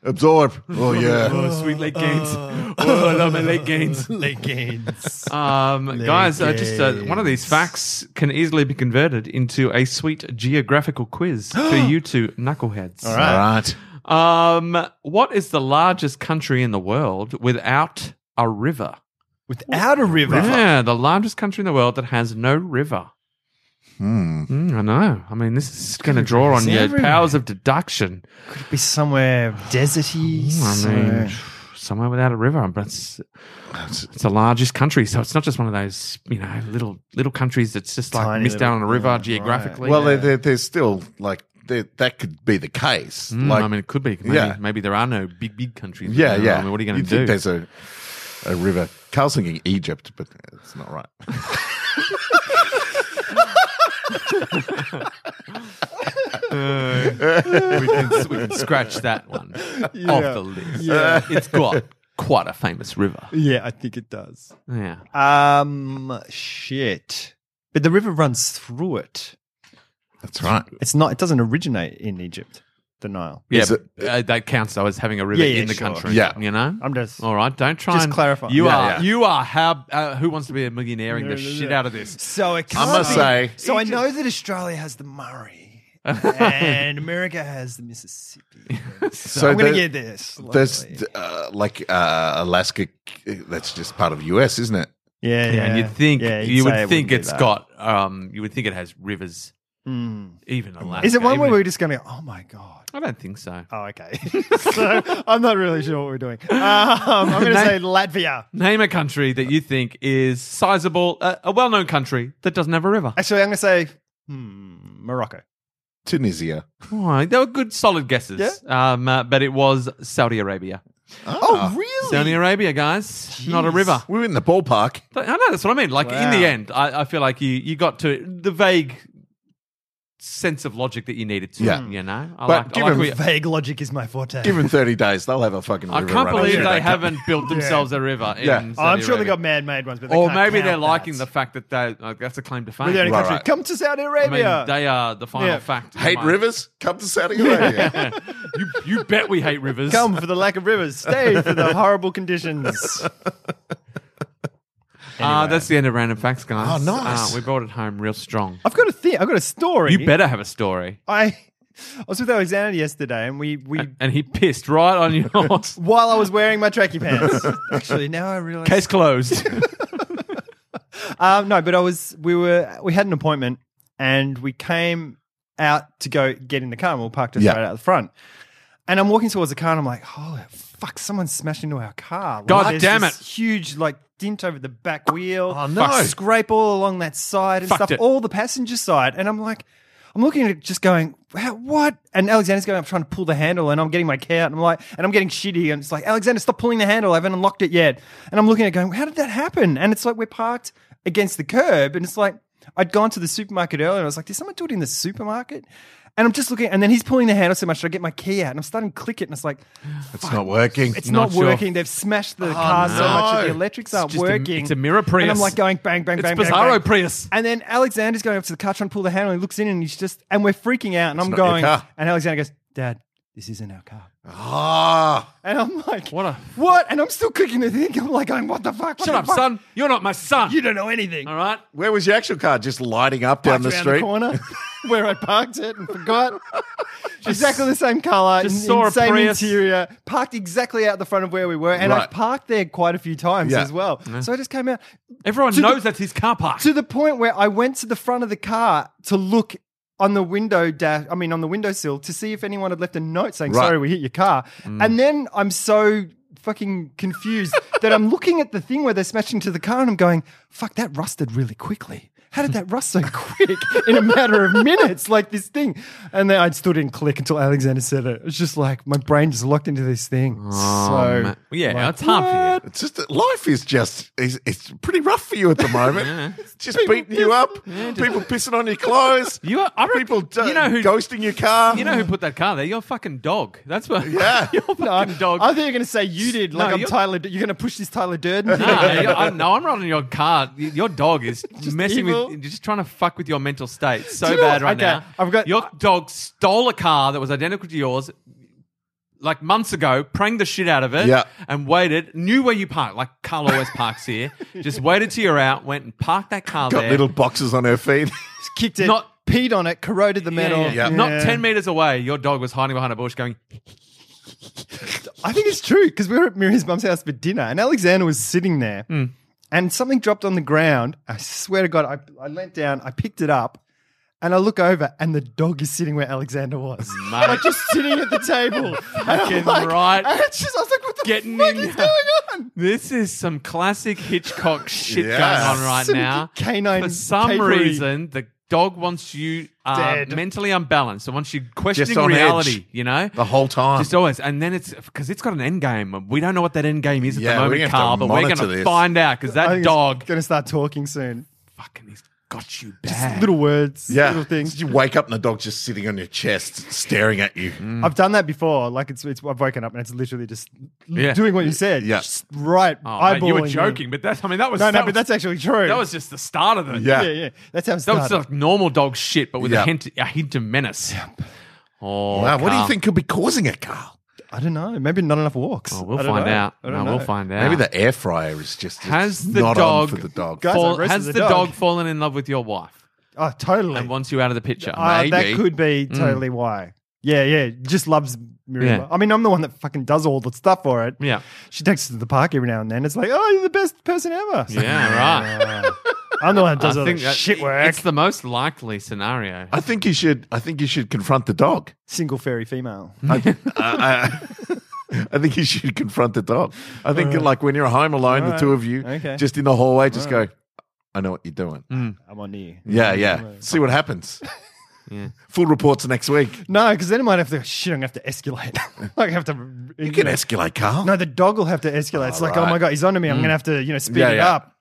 S1: absorb. Oh yeah,
S3: Oh, sweet late gains. Oh, I love my late gains.
S4: Leggings.
S3: Um, guys, uh, just uh, one of these facts can easily be converted into a sweet geographical quiz for you two knuckleheads.
S1: all right.
S3: Um, what is the largest country in the world without a river?
S4: Without a river.
S3: Yeah, the largest country in the world that has no river.
S1: Hmm.
S3: Mm, I know. I mean, this is going to draw on
S4: It's
S3: your
S4: everywhere.
S3: powers of deduction.
S4: Could it be somewhere deserty?
S3: Oh, I mean,
S4: somewhere-
S3: somewhere without a river, but it's it's the largest country, so it's not just one of those you know little little countries that's just like
S4: Tiny
S3: missed out
S4: little-
S3: on a river
S4: yeah, right.
S3: geographically.
S1: Well,
S4: Yeah.
S1: there, there, there's still like there, that could be the case.
S3: Mm,
S1: like,
S3: I mean, it could be. Maybe,
S1: Yeah.
S3: maybe there are no big big countries.
S1: yeah,
S3: You know,
S1: yeah.
S3: I mean, what are you going
S1: You'd
S3: to do?
S1: Think there's a a river. Carl's thinking Egypt, but it's not right.
S3: we, can, we can scratch that one off the list.
S4: Yeah.
S3: It's got quite a famous river.
S4: Yeah, I think it does.
S3: Yeah.
S4: Um, shit. But the river runs through it.
S1: That's right.
S4: It's not. It doesn't originate in Egypt. The Nile.
S3: Yeah,
S1: Is it-
S3: but, uh, that counts though as having a river
S4: Yeah, yeah,
S3: in the
S4: sure.
S3: country.
S1: Yeah.
S3: you know.
S4: I'm just.
S1: Oh.
S3: All right, don't try
S4: Just
S3: and
S4: clarify.
S3: You
S1: Yeah,
S3: are
S1: yeah.
S3: you are how uh, who wants to be a millionaireing the
S4: No, no, no.
S3: shit out of this.
S4: So it
S1: I
S4: can't
S1: must
S4: be-
S1: say,
S4: So I know that Australia has the Murray, and America has the Mississippi.
S1: so
S4: I'm going
S1: there-
S4: to get this.
S1: There's uh, like uh, Alaska. That's just part of US, isn't it?
S4: yeah,
S3: and you'd think you would think it's got um you would think it has rivers
S1: Mm.
S3: even Alaska.
S4: Hmm. Is it one where
S3: even-
S4: we're just going to go, oh my God?
S3: I don't think so.
S4: Oh, okay. so I'm not really sure what we're doing. Um, I'm going to say Latvia.
S3: Name a country that you think is sizable, uh, a well-known country that doesn't have a river.
S4: Actually, I'm going to say hmm, Morocco.
S1: Tunisia.
S3: Oh, they were good, solid guesses. Um, uh, but it was Saudi Arabia.
S4: Oh, really?
S3: Saudi Arabia, guys, not a
S4: Jeez.
S3: river.
S1: We're in the ballpark.
S3: But I know that's what I mean. Like in
S4: Wow.
S3: the end, I, I feel like you you got to the vague sense of logic that you needed to.
S1: Yeah.
S3: You know, I
S1: But
S3: like. I,
S1: give
S3: like
S1: him
S3: we-
S4: Vague logic is my forte.
S1: Give them 30 days, they'll have a fucking
S3: I
S1: river
S3: can't
S1: running
S3: believe
S1: through
S3: they
S1: that country.
S3: haven't built themselves a river. In
S1: Yeah.
S4: Oh, I'm
S3: Saudi
S4: sure they
S3: Arabia.
S4: got mad made ones, but they
S3: Or
S4: can't
S3: maybe
S4: count
S3: they're liking
S4: that.
S3: the fact that they like, that's a claim to
S4: We're
S3: fame.
S4: the only
S1: Right,
S4: country.
S1: right.
S4: Come to Saudi
S3: I mean,
S4: Arabia.
S3: they are the final
S4: Yeah.
S3: fact. in
S1: Hate
S3: my-
S1: rivers? Come to Saudi Arabia.
S3: Yeah. You, you bet we hate rivers.
S4: Come for the lack of rivers, stay for the horrible conditions.
S3: Uh, that's the end of Random Facts, guys.
S1: Oh, nice.
S3: Uh, we brought it home real strong.
S4: I've got a thing. I've got a story.
S3: You better have a story.
S4: I, I was with Alexander yesterday, and we we
S3: And, and he pissed right on your horse.
S4: while I was wearing my tracky pants. Actually, now I realize.
S3: Case closed.
S4: Um, no, but I was. We were. We had an appointment, and we came out to go get in the car, and we were parked just
S1: Yeah.
S4: right out the front. And I'm walking towards the car, and I'm like, "Holy fuck! Someone smashed into our car!
S3: God
S4: Like, there's
S3: damn
S4: this Huge like dent over the back wheel.
S1: Oh, no.
S4: fuck, Scrape all along that side and
S3: Fucked
S4: stuff.
S3: it.
S4: All the passenger side, and I'm like. I'm looking at it, just going, "Wow, what? And Alexander's going, I'm trying to pull the handle, and I'm getting my cat, and I'm like, and I'm getting shitty, and it's like, Alexander, stop pulling the handle, I haven't unlocked it yet. And I'm looking at it going, how did that happen? And it's like we're parked against the curb, and it's like I'd gone to the supermarket earlier, and I was like, did someone do it in the supermarket? And I'm just looking, and then he's pulling the handle so much, should I get my key out? And I'm starting to click it, and it's like,
S1: It's not working.
S4: it's not,
S3: Not sure.
S4: working. They've smashed the car so much that the
S1: no.
S4: electrics aren't
S3: just a-
S4: working.
S3: it's a mirror
S4: And
S3: Prius.
S4: I'm like going bang, bang,
S3: It's
S4: bang, bang,
S3: Bizarro
S4: bang.
S3: Prius.
S4: And then Alexander's going up to the car trying to pull the handle. And he looks in and he's just, and we're freaking out. And I'm
S1: not your
S4: going,
S1: car.
S4: and Alexander goes, Dad, this isn't our car.
S1: Ah,
S4: And I'm like,
S3: What a-
S4: what? And I'm still clicking the thing. I'm like, going, what the fuck? What
S3: Shut
S4: the
S3: up,
S4: fuck?
S3: son. You're not my son.
S4: You don't know anything.
S3: All right.
S1: where was your actual car? Just lighting up down
S4: Parked
S1: the
S4: around
S1: street.
S4: corner where I parked it and forgot. exactly the same color,
S3: just
S4: in- in
S3: saw a
S4: same
S3: Prius.
S4: interior, parked exactly out the front of where we were, and I've
S1: Right.
S4: parked there quite a few times
S1: Yeah.
S4: as well. So I just came out
S3: Everyone
S4: To the-
S3: knows that's his car park.
S4: to the point where I went to the front of the car to look on the window dash, I mean, on the windowsill to see if anyone had left a note saying,
S1: Right.
S4: sorry, we hit your car. And then I'm so fucking confused that I'm looking at the thing where they're smashing into the car and I'm going, fuck, that rusted really quickly. How did that rust so quick in a matter of minutes? Like this thing. And then I still didn't click until Alexander said it. It's just like my brain just locked into this thing. so,
S3: Oh, man. Yeah,
S4: like,
S3: it's hard for you.
S4: what?
S1: It's just life is just it's, it's pretty rough for you at the moment. It's just beating you up. people pissing on your clothes.
S3: You are- I reckon-
S1: people uh,
S3: you know who-
S1: ghosting your car.
S3: You know who put that car there? Your fucking dog. That's what.
S1: Yeah.
S3: your fucking
S4: No, I,
S3: dog.
S4: I thought you were going to say you did. Like
S3: No,
S4: I'm
S3: you're-
S4: Tyler. D- You're going to push this Tyler Durden. thing.
S3: no, you're- I, no, I'm running your car. Y- Your dog is messing
S4: evil.
S3: with, just trying to fuck with your mental state so
S4: Do you know
S3: bad
S4: what?
S3: right
S4: Okay,
S3: now.
S4: I've got-
S3: your dog stole a car that was identical to yours, like months ago, pranged the shit out of it,
S1: Yeah.
S3: and waited. Knew where you parked, like Carl always parks here. Just waited till you're out, went and parked that car
S1: Got
S3: there.
S1: little boxes on her feet.
S4: Just kicked it.
S3: Not-
S4: peed on it. Corroded the
S3: Yeah,
S4: metal.
S3: yeah.
S1: Yeah.
S3: Not ten meters away, your dog was hiding behind a bush, going,
S4: I think it's true because we were at Miriam's mum's house for dinner, and Alexander was sitting there,
S3: Hmm.
S4: and something dropped on the ground. I swear to God, I, I leant down, I picked it up, and I look over, and the dog is sitting where Alexander was,
S3: "Mate,
S4: like just sitting at the table.
S3: Fucking
S4: And I'm like,
S3: right.
S4: and it's just- I was like, what the
S3: Getting
S4: fuck
S3: in
S4: is
S3: there.
S4: going on?
S3: This is some classic Hitchcock shit
S1: Yeah.
S3: going on right
S4: Some
S3: now.
S4: canine
S3: For some
S4: capery.
S3: reason, the dog wants you uh,
S4: Dead.
S3: mentally unbalanced. So wants you questioning
S1: on
S3: reality,
S1: edge.
S3: you know?
S1: The whole time.
S3: Just always. And then it's because it's got an end game. We don't know what that end game is at
S1: Yeah,
S3: the
S1: we're
S3: moment,
S1: gonna have to
S3: Carl, but we're going
S1: monitor
S3: to
S1: this.
S3: find out because that dog
S4: going to start talking soon.
S3: fucking has got you
S4: Just
S3: bad.
S4: little words,
S1: yeah.
S4: little things.
S1: You wake up and the dog's just sitting on your chest, staring at you.
S3: Mm.
S4: I've done that before. Like it's, it's I've woken up and it's literally just l-
S3: Yeah.
S4: doing what you said.
S1: Yeah.
S4: Just right.
S3: Oh, mate, you
S4: eyeballing
S3: were
S4: me.
S3: joking, but that's, I mean, that was,
S4: No, no,
S3: that,
S4: but
S3: was
S4: that's actually true.
S3: that was just the start of it.
S1: Yeah.
S4: yeah, yeah. That's how it
S3: That was
S4: started.
S3: like normal dog shit, but with a,
S1: Yeah.
S3: hint, a hint of menace. Oh,
S1: Wow, what do you
S3: Carl.
S1: think could be causing it, Carl?
S4: I don't know. Maybe not enough walks.
S3: Oh, we'll
S4: I don't
S3: find
S4: know.
S3: out.
S4: I
S3: No,
S4: don't know.
S3: we'll find out.
S1: Maybe the air fryer is just it's
S3: has the
S1: not
S3: dog
S1: on for the dog.
S4: Guys,
S3: fall-
S4: I roasted
S3: has
S4: the
S3: the,
S4: dog.
S3: dog. fallen in love with your wife
S4: Oh, totally.
S3: and wants you out of the picture?
S4: Uh, that
S1: Maybe.
S4: could be totally why. Yeah, yeah. Just loves Miriam.
S3: Yeah.
S4: I mean, I'm the one that fucking does all the stuff for it.
S3: Yeah.
S4: She takes us to the park every now and then. It's like, oh, you're the best person ever. It's like,
S3: yeah, right.
S4: I'm the one that does all the
S3: that-
S4: shit work.
S3: It's the most likely scenario.
S1: I think you should. I think you should confront the dog.
S4: Single fairy female.
S3: Mm.
S1: I, I- I think you should confront the dog. I think like when you're home alone, the
S4: Alright.
S1: two of you,
S4: Okay.
S1: just in the hallway, just go. I know what you're doing.
S3: Mm.
S4: I'm on you.
S1: Yeah, yeah. See what happens. Full reports next week.
S4: No, because then I might have to shit. I'm gonna have to escalate. like I have to.
S1: You can escalate, Carl.
S4: No, the dog will have to escalate. it's like, oh
S1: Alright.
S4: my god, he's onto me. I'm
S3: Mm.
S4: gonna have to, you know, speed
S1: Yeah,
S4: it
S1: yeah.
S4: up.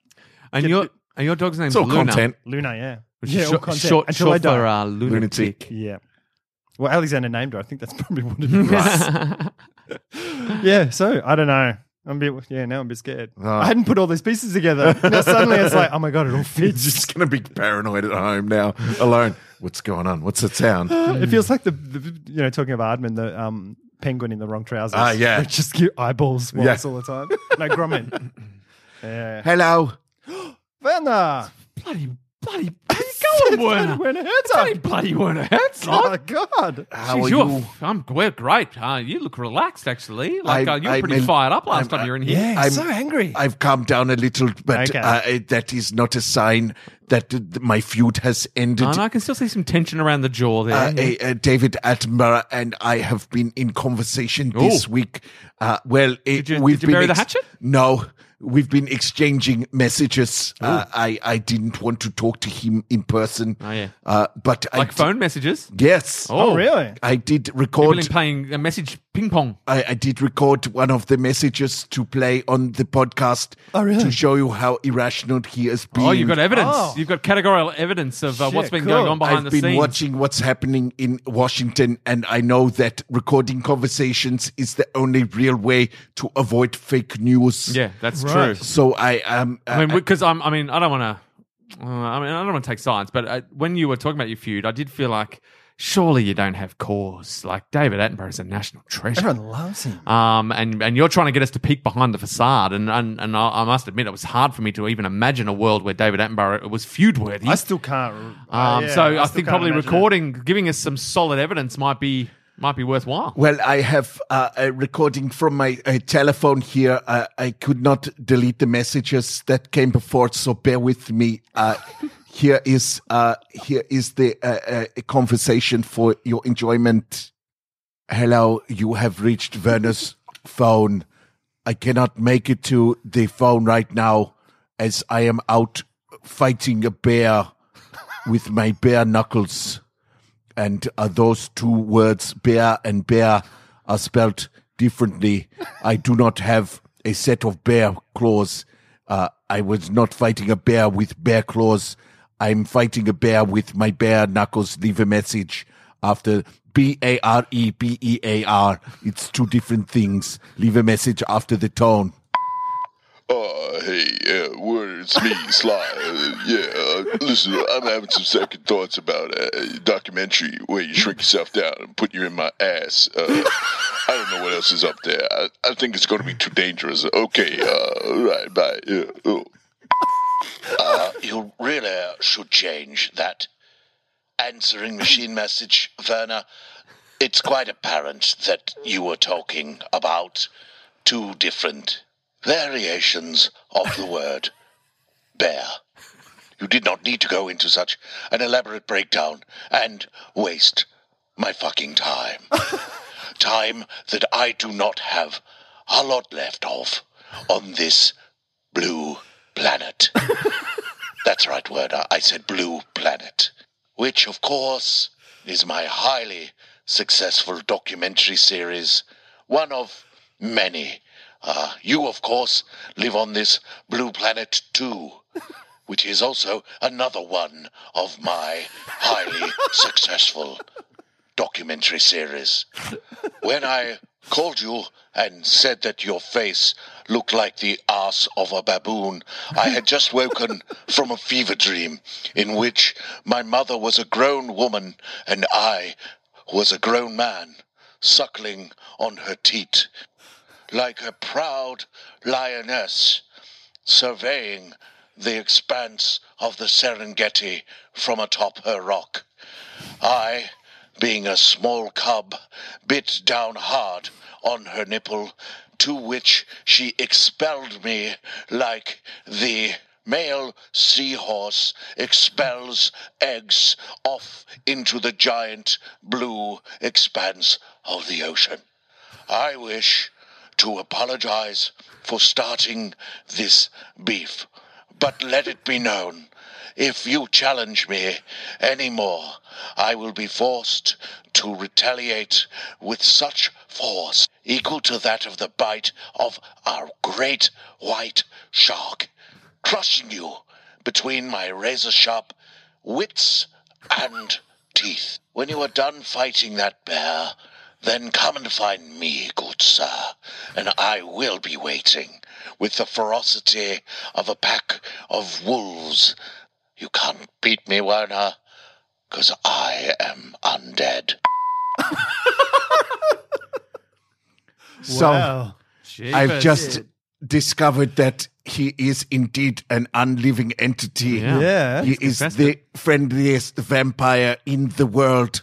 S3: and your and your dog's name's
S1: it's all
S3: Luna,
S1: content.
S4: Luna, yeah,
S3: which
S4: yeah,
S3: is
S4: all
S3: short,
S4: content.
S3: short,
S4: until
S3: short
S4: I die.
S3: for uh, lunatic.
S1: Lunatic.
S4: yeah. Well, Alexander named her. I think that's probably what it was. yeah. So I don't know. I'm a bit. Yeah. Now I'm a bit scared.
S3: Oh.
S4: I hadn't put all these pieces together. now suddenly it's like, oh my god, it all
S1: He's
S4: fits.
S1: just going to be paranoid at home now, alone. What's going on? What's that sound?
S4: Hmm. it feels like the, the you know talking of Aardman, the um penguin in the wrong trousers.
S1: Ah, yeah.
S4: Which Just give eyeballs once
S1: Yeah.
S4: all the time. No grommet. yeah.
S1: Hello.
S4: Werner.
S3: Bloody, bloody, go on, Werner.
S4: Werner
S3: It's only bloody Werner Herzog.
S4: Oh, God.
S1: How
S3: Jeez,
S1: are
S3: you're,
S1: you?
S3: I'm we're great. Huh? You look relaxed, actually. Like
S1: I-
S3: uh, you were
S1: I
S3: pretty
S1: mean-
S3: fired up last
S1: I'm- uh,
S3: time
S1: I-
S3: you were in here.
S4: Yeah,
S1: I'm-
S4: so angry.
S1: I've calmed down a little, but
S4: Okay.
S1: uh, it- that is not a sign that uh, th- my feud has ended.
S3: and I can still see some tension around the jaw there.
S1: uh, uh, uh, David Attenborough and I have been in conversation this
S3: Ooh.
S1: week. Uh, well, it,
S3: Did you-
S1: we've
S3: did you
S1: been
S3: bury the hatchet?
S1: No, we've been exchanging messages. Uh, I I didn't want to talk to him in person.
S3: Oh, yeah.
S1: uh, but
S3: like
S1: I
S3: phone messages.
S1: Did, yes.
S4: oh, really?
S1: I did
S3: People in
S1: record.
S3: playing a message ping pong.
S1: I, I did record one of the messages to play on the podcast
S4: Oh, really?
S1: to show you how irrational he has been.
S3: Oh, you've got evidence.
S4: Oh.
S3: You've got categorical evidence of uh, what's
S4: Shit,
S3: been
S4: cool.
S3: going on behind
S1: I've
S3: the
S1: been
S3: scenes.
S1: watching what's happening in Washington, and I know that recording conversations is the only real way to avoid fake news.
S3: Yeah, that's true.
S4: Right.
S1: So I um,
S3: I mean, because I'm. I mean, I don't want to. Uh, I mean, I don't want to take sides, but I, when you were talking about your feud, I did feel like surely you don't have cause. Like David Attenborough is a national treasure.
S4: Everyone loves him.
S3: Um, and, and you're trying to get us to peek behind the facade. And, and, and I, I must admit, it was hard for me to even imagine a world where David Attenborough was feud worthy.
S4: I
S3: Um,
S4: still can't. Um,
S3: so I, think probably recording, giving us some solid evidence might be, might be worthwhile.
S1: well, I have uh, a recording from my uh, telephone here. Uh, I could not delete the messages that came before, so bear with me. Uh, here is uh, here is the uh, uh, conversation for your enjoyment. Hello, you have reached Werner's phone. I cannot make it to the phone right now as I am out fighting a bear with my bare knuckles. And uh, those two words, bear and bear, are spelled differently. I do not have a set of bear claws. Uh, I was not fighting a bear with bear claws. I'm fighting a bear with my bare knuckles. Leave a message after B A R E B E A R. It's two different things. Leave a message after the tone.
S5: Uh, hey, yeah, word, it's me, Sly. Uh, yeah, uh, listen, I'm having some second thoughts about a documentary where you shrink yourself down and put you in my ass. Uh, I don't know what else is up there. I, I think it's going to be too dangerous. Okay, uh, all right, bye. Yeah, oh.
S6: Uh, you really should change that answering machine message, Werner. It's quite apparent that you were talking about two different variations of the word bear. You did not need to go into such an elaborate breakdown and waste my fucking time. time that I do not have a lot left of on this blue planet. That's right, word. I- I said Blue Planet, which, of course, is my highly successful documentary series, one of many. Uh, you, of course, live on this Blue Planet too, which is also another one of my highly successful documentary series. When I called you and said that your face looked like the ass of a baboon, I had just woken from a fever dream in which my mother was a grown woman and I was a grown man suckling on her teat like a proud lioness surveying the expanse of the Serengeti from atop her rock. I, being a small cub, bit down hard on her nipple, to which she expelled me like the male seahorse expels eggs off into the giant blue expanse of the ocean. I wish to apologize for starting this beef, but let it be known if you challenge me any more, I will be forced to retaliate with such force equal to that of the bite of our great white shark, crushing you between my razor sharp wits and teeth. When you are done fighting that bear, then come and find me, good sir, and I will be waiting with the ferocity of a pack of wolves. You can't beat me, Werner, because I am undead.
S1: So
S4: Wow.
S1: I've just discovered that he is indeed an unliving entity.
S3: Yeah.
S4: Yeah.
S1: He is the friendliest vampire in the world.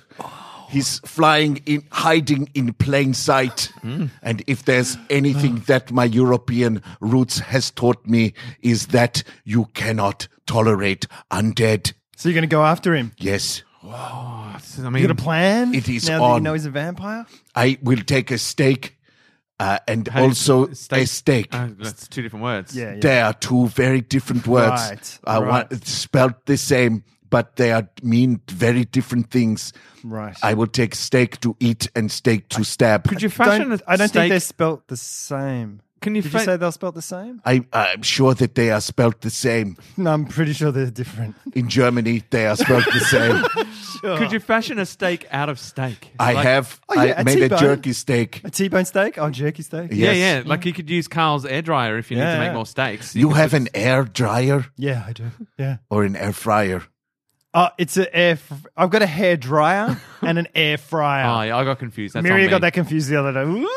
S1: He's flying in, hiding in plain sight.
S3: Hmm.
S1: And if there's anything that my European roots has taught me is that you cannot tolerate undead.
S4: So you're going to go after him?
S1: Yes,
S3: I
S4: You
S3: mean,
S4: got a plan?
S1: It is
S4: now that you
S1: on.
S4: know he's a vampire.
S1: I will take a steak uh, and
S3: hey,
S1: also a
S3: steak-
S1: steak.
S3: Uh, that's two different words.
S4: Yeah, yeah.
S1: They are two very different words.
S4: Right,
S1: I want it's spelled the same, but they are mean very different things.
S4: Right.
S1: I will take steak to eat and steak to stab.
S3: Could you fashion
S4: Don't,
S3: a
S4: I don't
S3: steak?
S4: think they're spelt the same.
S3: Can you
S4: Did
S3: fa-
S4: you say they're spelt the same?
S1: I, I'm sure that they are spelled the same.
S4: No, I'm pretty sure they're different.
S1: In Germany, they are spelled the same.
S3: Could you fashion a steak out of steak?
S1: I
S3: Like-
S1: have
S4: Oh, yeah,
S1: I
S4: a
S1: made a
S4: T-bone.
S1: jerky steak.
S4: A T-bone steak? Oh, jerky steak?
S1: Yeah.
S3: Yeah,
S1: yes.
S3: yeah. Like you could use Carl's air dryer if you need
S4: Yeah,
S3: to make
S4: Mm. yeah.
S3: more steaks.
S1: You
S3: could
S1: have
S3: put-
S1: an air dryer
S4: Yeah, I do. Yeah.
S1: or an air fryer?
S4: Oh, it's an air. F- I've got a hair dryer and an air
S3: Oh,
S4: fryer.
S3: yeah, I got confused. That's
S4: Miri
S3: on
S4: got
S3: me.
S4: that confused the other day. Ooh.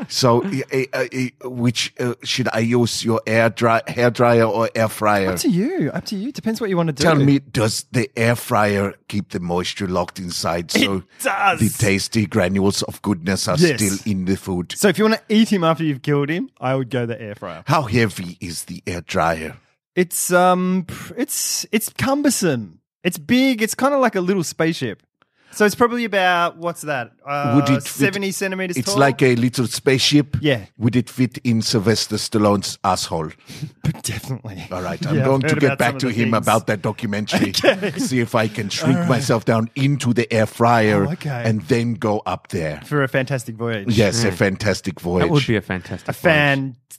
S1: So, i- i- i- i- which uh, should I use? Your air dry, hair dryer or air fryer?
S4: Up to you. Up to you. Depends what you want to do.
S1: Tell me, does the air fryer keep the moisture locked inside so
S4: does.
S1: the tasty granules of goodness are
S4: Yes.
S1: still in the food?
S4: So if you want to eat him after you've killed him, I would go the air fryer.
S1: How heavy is the air dryer?
S4: It's um, pr- it's it's cumbersome. It's big. It's kind of like a little spaceship. So it's probably about what's that? Uh,
S1: Would it fit-
S4: seventy centimeters?
S1: It's
S4: tall?
S1: like a little spaceship.
S4: Yeah.
S1: Would it fit in Sylvester Stallone's asshole?
S4: definitely.
S1: All right, I'm
S4: Yeah, I've
S1: going to
S4: heard
S1: get
S4: about
S1: back
S4: some
S1: to
S4: of the
S1: him
S4: things.
S1: about that documentary. See if I can shrink myself down into the air fryer
S4: Oh, okay.
S1: and then go up there.
S4: for a fantastic voyage.
S1: Yes, a fantastic voyage.
S3: That would be a fantastic.
S4: a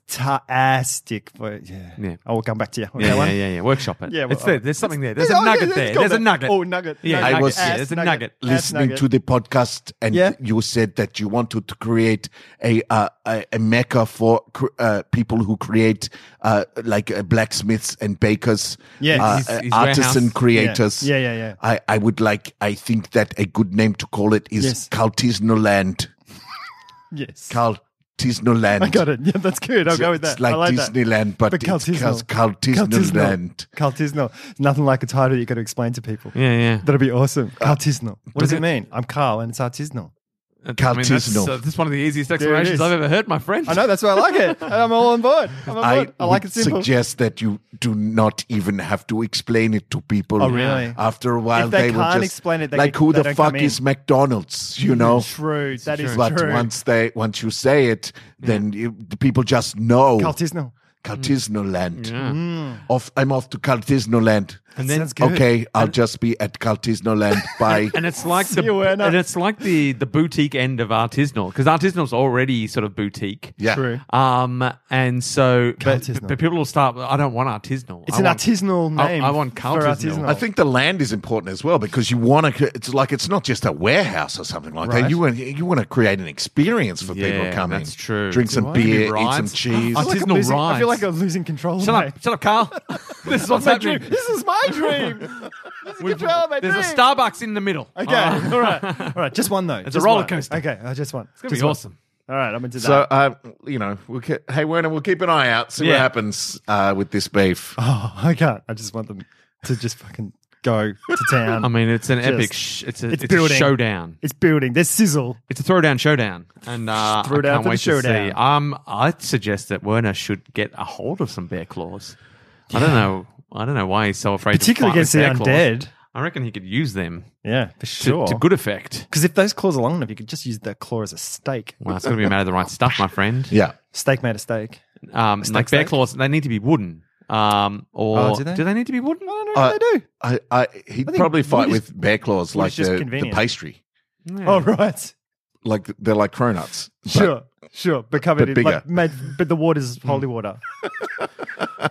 S4: fantastic voyage. Yeah.
S3: Yeah.
S4: I will come back to you.
S3: Yeah, yeah, yeah, yeah. Workshop it.
S4: Yeah,
S3: Yeah,
S4: well,
S3: it's there.
S4: uh,
S3: There's something there. There's
S4: Yeah,
S3: a
S4: oh,
S3: nugget
S4: yeah,
S3: there.
S4: it's got
S3: There's a
S4: that.
S3: nugget.
S4: Oh, nugget.
S3: Yeah,
S4: Nugget.
S1: I was-
S3: yeah, there's a nugget.
S4: Ass nugget. Ass
S1: listening
S4: nugget.
S1: to the podcast, and
S4: Yeah.
S1: you said that you wanted to create a uh, a, a mecca for cr- uh, people who create uh, like uh, blacksmiths and bakers,
S4: Yes.
S1: uh,
S4: His-
S1: uh,
S3: his
S1: artisan
S3: warehouse.
S1: creators.
S4: Yeah. Yeah, yeah, yeah.
S1: I, I would like. I think that a good name to call it is
S4: Yes.
S1: Caltisno Land.
S4: Yes.
S1: Caltisno Land.
S4: I got it. Yeah, that's good. I'll
S1: It's,
S4: go with that.
S1: it's like
S4: I like that.
S1: Disneyland, but,
S4: But
S1: it's
S4: Caltisno.
S1: Caltisno Land.
S4: Cartisnal. Nothing like a title that you got to explain to people.
S3: Yeah, yeah.
S4: That'll be awesome. Cartisnal. What does
S3: does
S4: it
S3: it-
S4: mean? I'm Carl and it's artisanal.
S3: I mean, that's,
S1: Cartisno.
S3: uh, that's one of the easiest
S4: it
S3: explanations
S4: is.
S3: I've ever heard, my friend.
S4: I know, that's why I like it. And I'm all on board. I'm on board. I, like
S1: would
S4: it simple.
S1: suggest that you do not even have to explain it to people.
S4: Oh, really?
S1: After a while,
S4: If they
S1: will
S4: can't
S1: just
S4: explain it, they
S1: like
S4: get-
S1: who
S4: they
S1: the
S4: don't
S1: fuck
S4: come in.
S1: is McDonald's? You know.
S4: True. That is
S1: But
S4: true.
S1: once they once you say it, then you, the people just know
S4: Cartisnal.
S1: Cartisno land.
S3: Yeah.
S1: Off, I'm off to Cartisno land.
S3: And then,
S4: Mm. Sounds good.
S1: Okay, I'll just be at Cartisno land. Bye.
S3: and it's like the
S4: you, uh, Werner.
S3: and it's like the the boutique end of artisanal because artisanal's already sort of boutique.
S1: yeah.
S4: True.
S3: Um, and so, but,
S4: Artisanal.
S3: but people will start. I don't want artisanal.
S4: It's
S3: I
S4: an
S3: want-
S4: artisanal
S3: I-
S4: name.
S3: I want
S4: for
S3: Carltisnal.
S1: I think the land is important as well because you want to. It's like it's not just a warehouse or something like that.
S4: Right.
S1: You want you want to create an experience for people
S3: Yeah,
S1: coming.
S3: that's true.
S1: Drink some
S3: Right.
S1: beer,
S3: Maybe
S1: eat some
S3: rides.
S1: cheese.
S3: I
S4: I feel like I'm
S3: Artisanal
S4: losing- I feel
S3: rides.
S4: like I'm losing control.
S3: Shut
S4: mate.
S3: up, shut up, Carl. this is what's
S4: my dream.
S3: happening.
S4: This is my dream. This is
S3: We've-
S4: control of my
S3: There's a
S4: dream.
S3: Starbucks in the middle.
S4: Okay, all right, Uh, all right. Just one though. It's
S3: a roller coaster.
S4: Okay, I just one. It's
S3: It's awesome.
S4: All right, I'm into that.
S1: so uh, you know, we'll ke- hey Werner, we'll keep an eye out, see what
S3: Yeah.
S1: happens uh, with this beef.
S4: oh, I can't. I just want them to just fucking go to town.
S3: I mean, it's an
S4: Just-
S3: epic. Sh- it's a,
S4: it's
S3: it's a
S4: building.
S3: showdown.
S4: it's building. There's sizzle.
S3: It's a throwdown showdown, and uh, I
S4: Throwdown for
S3: can't
S4: the
S3: wait
S4: showdown.
S3: to see. Um, I'd suggest that Werner should get a hold of some bear claws. I don't know. I don't know why he's so afraid.
S4: Particularly
S3: to fight with
S4: against the
S3: bear claws.
S4: undead.
S3: I reckon he could use them
S4: Yeah,
S3: to,
S4: for sure.
S3: to good effect.
S4: Because if those claws are long enough, you could just use that claw as a steak.
S3: Well, it's got to be made of the right stuff, my friend.
S1: Yeah,
S4: Steak made a steak.
S3: Um, like bear
S4: steak?
S3: claws, they need to be wooden. Um, or
S4: Oh, do they?
S3: need to be wooden?
S4: I don't know
S1: Uh,
S4: what they do.
S1: I, I he'd
S4: I think
S1: probably
S4: wood
S1: fight
S4: is-
S1: with bear claws like
S4: just
S1: the, the
S4: convenient.
S1: pastry,
S3: Yeah.
S4: Oh right,
S1: like they're like cronuts. but-
S4: sure, sure. But covered
S1: but
S4: in like
S1: bigger.
S4: made, but the water's holy water.